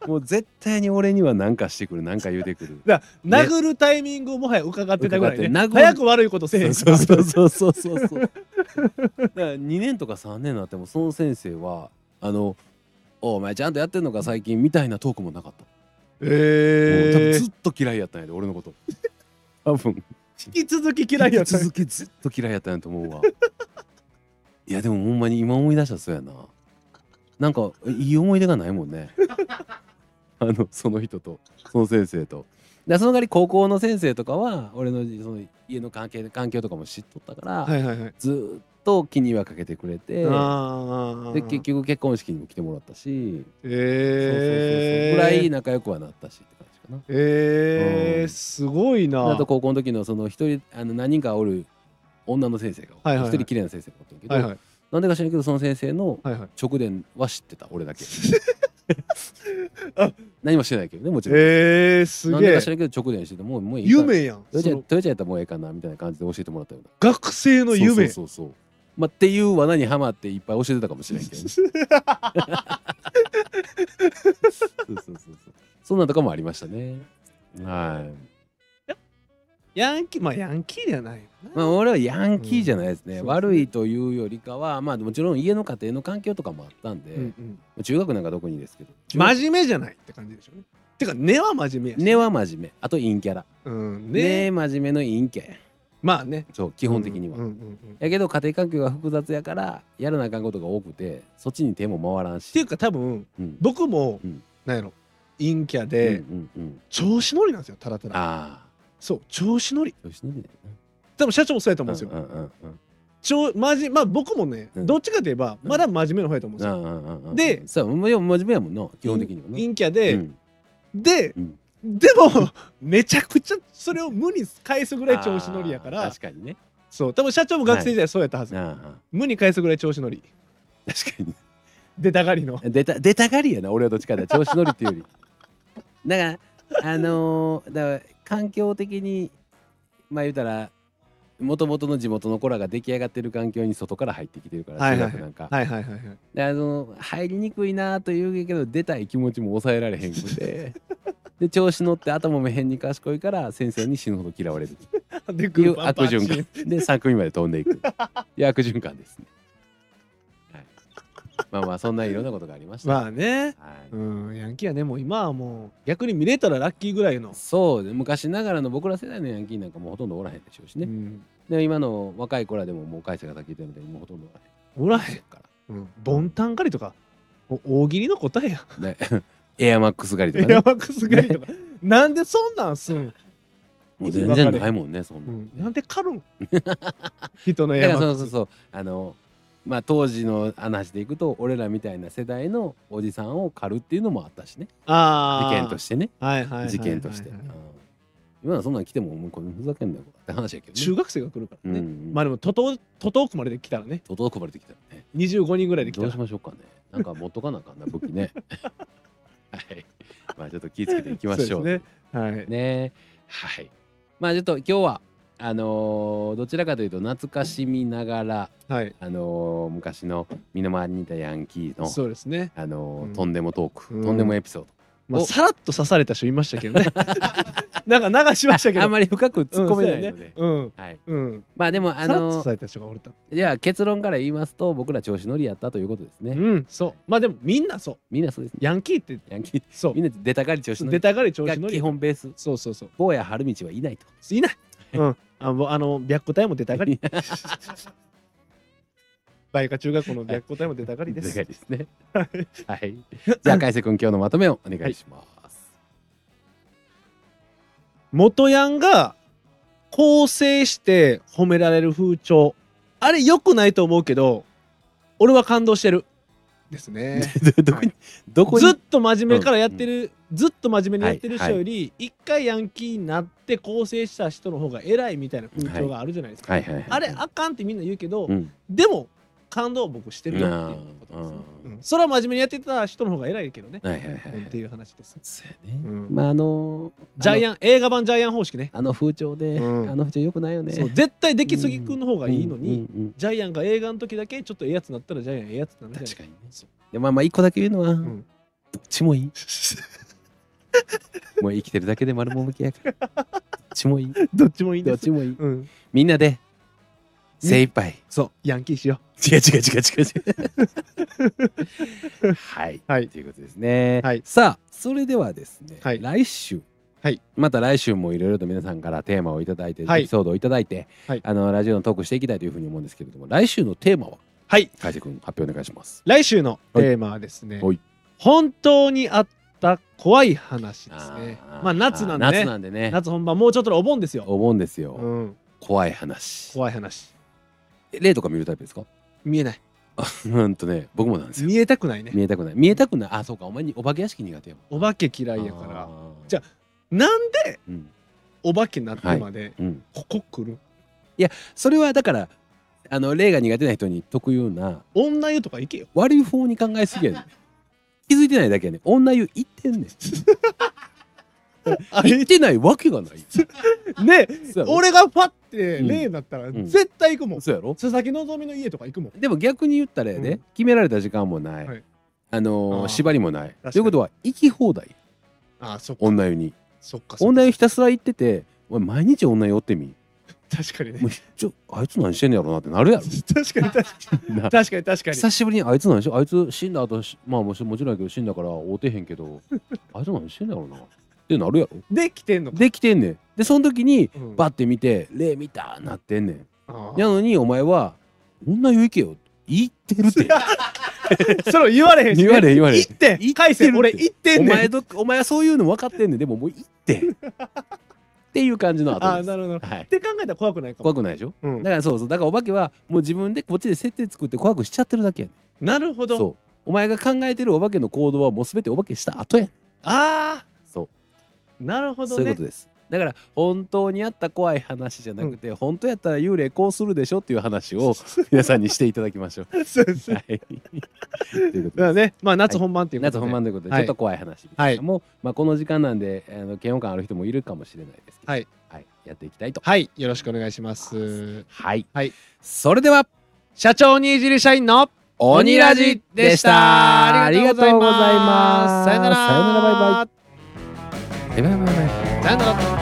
もう絶対に俺には何かしてくる何か言うてくるだから殴るタイミングをもはや伺ってたぐらいね伺って殴る早く悪いことせえへんそうそうそうそうそうそうだから2年とか3年になってもその先生はあの「おお前ちゃんとやってんのか最近」みたいなトークもなかった、もう多え分ーずっと嫌いやったんやで俺のこと多分引き続き嫌いやった続けずっと嫌いやったんやと思うわ いやでもほんまに今思い出したらそうやななんかいい思い出がないもんね あのその人とその先生とでその代わり高校の先生とかは俺のその家の関係環境とかも知っとったから、はいはいはい、ずーっと気にはかけてくれてああで結局結婚式にも来てもらったし、えー、そうそうそうぐらい仲良くはなったしって感じかなえーうんすごいなあと高校の時のその一人あの何人かおる女の先生がおってはい一、はいはい人綺麗な先生がおったんやけど、はいはいなんでか知らんけどその先生のはいはい直伝は知ってた俺 だけ何もしてないけどねもちろん、えー、すなんげでえか知らんけど直伝しててもうもういいか夢やんトヨそちゃんのトヨちゃんやったらもうええかなみたいな感じで教えてもらったような学生の夢そうそうそうそうまあっていう罠にはまっていっぱい教えてたかもしれんけどね、そうそうそうそうそんなんとかもありましたねは いヤンキーまあヤンキーではないよなまあ、俺はヤンキーじゃないですね、うんそうですね悪いというよりかはまあもちろん家の家庭の環境とかもあったんで、うんうん中学なんか特にですけど真面目じゃないって感じでしょうねてか根は真面目やし根は真面目あと陰キャラうんねね真面目の陰キャやまあねそう基本的には、うんうんうんうんっやけど家庭環境が複雑やからやらなあかんことが多くてそっちに手も回らんてしいうか多分うん僕も、うんなんやろ陰キャうんうで、んうん調子乗りなんですよただただああそう調子乗り調子乗りだよ多分社長もそうやと思うなんですよ、うんうんうん超まじまあ僕もね、うんどっちかといえばまだ真面目の方やと思うんうですよ、んうんうんうんでそうま真面目やもんな基本的にはな陰キャで、うんで、うんでも めちゃくちゃそれを無に返すぐらい調子乗りやかあーら確かにねそう多分社長も学生時代そうやったはず、あ無に返すぐらい調子乗りあ確かに出たがりの 出た出たがりやな俺はどっちかだ調子乗りっていうよりだからあのーだから環境的にまあ言うたらもともとの地元の子らが出来上がってる環境に外から入ってきてるからはい中はいはい学なんか、はいはいはいはいであの入りにくいなというけど出たい気持ちも抑えられへんくてで調子乗って頭も変に賢いから先生に死ぬほど嫌われるってでいグうーパン悪パン循チン環で3組まで飛んで いくいや悪循環ですね、はい、まあまあそんないろんなことがありました、まあねはいうんヤンキーはねもう今はもう逆に見れたらラッキーぐらいの、そうね昔ながらの僕ら世代のヤンキーなんかもうほとんどおらへんでしょうしうね、ん、で今の若い子らでももう返せが先言ったみたいにもうほとんどおらおらへんへんかうん、ボンタン狩りとかお大喜利の答 えや らねエアマックス狩りとかエアねマックス狩りとか なんでそんなんすん、もう全然ないもんねそんうな、ん、なんで狩る ん人のエだかアらマッそクうスそうそうあのまあ当時の話でいくと俺らみたいな世代のおじさんを狩るっていうのもあったしねあ事あ件としてねて、はいはいはいはいはい事件として、うん今のそんなん来てももうこれふざけんなよって話やけど、ね、中学生が来るからね、うんまあでも徒党徒党区まで来たらね届こばれてきたらね25人ぐらいで来どたうしらましょうかね。なんか持っとかなあかんな、武器 ね。はい。まあちょっと気をつけていきましょう。そうですねはいねはい。まあちょっと今日は、あのーどちらかというと懐かしみながら、はいあのー昔の身の回りにいたヤンキーの、そうですねあのーうんとんでもトーク、うんとんでもエピソー まあおさらっと刺された人いましたけどね なんか流しましたけド。どあんまり深く突っ込めないので。うんはい、うんまあでも、あさらっとの刺ーされた人がおるたじゃあ結論から言いますと僕ら調子乗りやったということですね、うんそうまあでもみんなそうみんなそうですねヤンキーってヤンキーそうみんな出たがり調子乗出りたがり調が子乗基り本ベースそうそうそう坊や春道はいないとい ない。うん。あの、あの白虎隊も出たがり。 バイカ中学校の白虎隊も出たがりでですす。ですね。はい。じゃあ、海瀬君、今日のまとめをお願いします。元ヤンが構成して褒められる風潮。あれ良くないと思うけど、俺は感動してる。です ね。どどこに、どこに。ずっと真面目からやってる、ずっと真面目にやってるは人いはいより、一回ヤンキーになって構成した人の方が偉いみたいな風潮があるじゃないですか。はいはいはい。あれあかんってみんな言うけど、うん。でも感動は僕してるよっていうことですね。ううんんそれは真面目にやってた人の方が偉いけどね。はいはいはうんってい。いう話です。そうやねうんまあ、あのー。ジャイン。アン映画版ジャイアン方式ね。あの風潮で、うんあの風潮良くないよね。そう絶対出来すぎくんの方がいいのに、うんうんうんジャイアンが映画の時だけちょっとええやつになったらジャイアンええやつになるじゃない確かにね。で、まあまあ、一個だけ言うのは、どっんちもいい。もう生きてるだけで丸も向きやから。どっちもいい。どっちもいいんどでっす。ちもいい。うん、みんなで、精一杯。そうヤンキーしよ違う違う違う違う違う。 はい。はいということですね。はいさあ、それではですね、はい来週。はいまた来週もいろいろと皆さんからテーマをいただいて、はいエピソードをいただいて、はいあのラジオのトークしていきたいというふうに思うんですけれども来週のテーマはう。はい海瀬君発表お願いします。来週のはいテーマはですね、はい本当にあった怖い話ですね。ーまあ夏なんであーね夏なんでね夏本番もうちょっとでお盆ですよ。お盆ですよ、うん、怖い話怖い話例とか見るタイプですか見えないうんとね僕もなんですよ見えたくないね。見えたくない見えたくないあそうかお前にお化け屋敷苦手やもんお化け嫌いやから。あーじゃなんでうんお化けになってまで、うん、ここ来るそれはだからあの霊が苦手な人に特有な女湯とか行けよ。悪い方に考えすぎやねん気づいてないだけやねん女湯言ってんねん あ言れってないわけがないねそうやろ俺がパッてうん例になったらん絶対行くもん、そうやろ佐々木希の家とか行くもんでも逆に言ったらやで、うん決められた時間もない、はいあのーあー縛りもないかにということは行き放題ああそっ女湯にそっかそっか女湯ひたすら行っててお前毎日女酔ってみ確かにねもうちょあいつ何してんねやろなってなるやろ確かに 確かなに確かに確かに久しぶりにあいつ何しあいつ死んだ後しまあもちもちろんやけど死んだから会うてへんけどあいつ何してんねやろなってなるやろできてんのかできてんねんでその時にうんバッて見て「霊見た!」なってんねんあやーのにお前は「女湯行けよ」言ってるってそれを言われへんしね言われへん言われへん行って言ってるって返せ俺行っておんねん前どお前はそういうの分かってんねんでももう行ってんっていう感じのあ後ーですなるほどっはいて考えたら怖くないかも怖くないでしょうんだからそうそうだからお化けはもう自分でこっちで設定作って怖くしちゃってるだけやねなるほんどそうお前が考えてるお化けの行動はもう全てお化けした後やねんあそうあなるほどそういうねことです。だから本当にあった怖い話じゃなくて、本当やったら幽霊こうするでしょっていう話を皆さんにしていただきましょ う。そうですはだかい。ということらで。ねまあ夏本番っていうこと夏で本番ということで、はいちょっと怖い話でしたはいもう、まあ、この時間なんであの嫌悪感ある人もいるかもしれないですけど、はいやっていきたいと。はいよろしくお願いしますはい、はいそれでは社長にいじり社員の鬼ラジでしたありがとうございます。あさりがとうございますよなら。さよならバイバイバイバイバイイ。さよなら。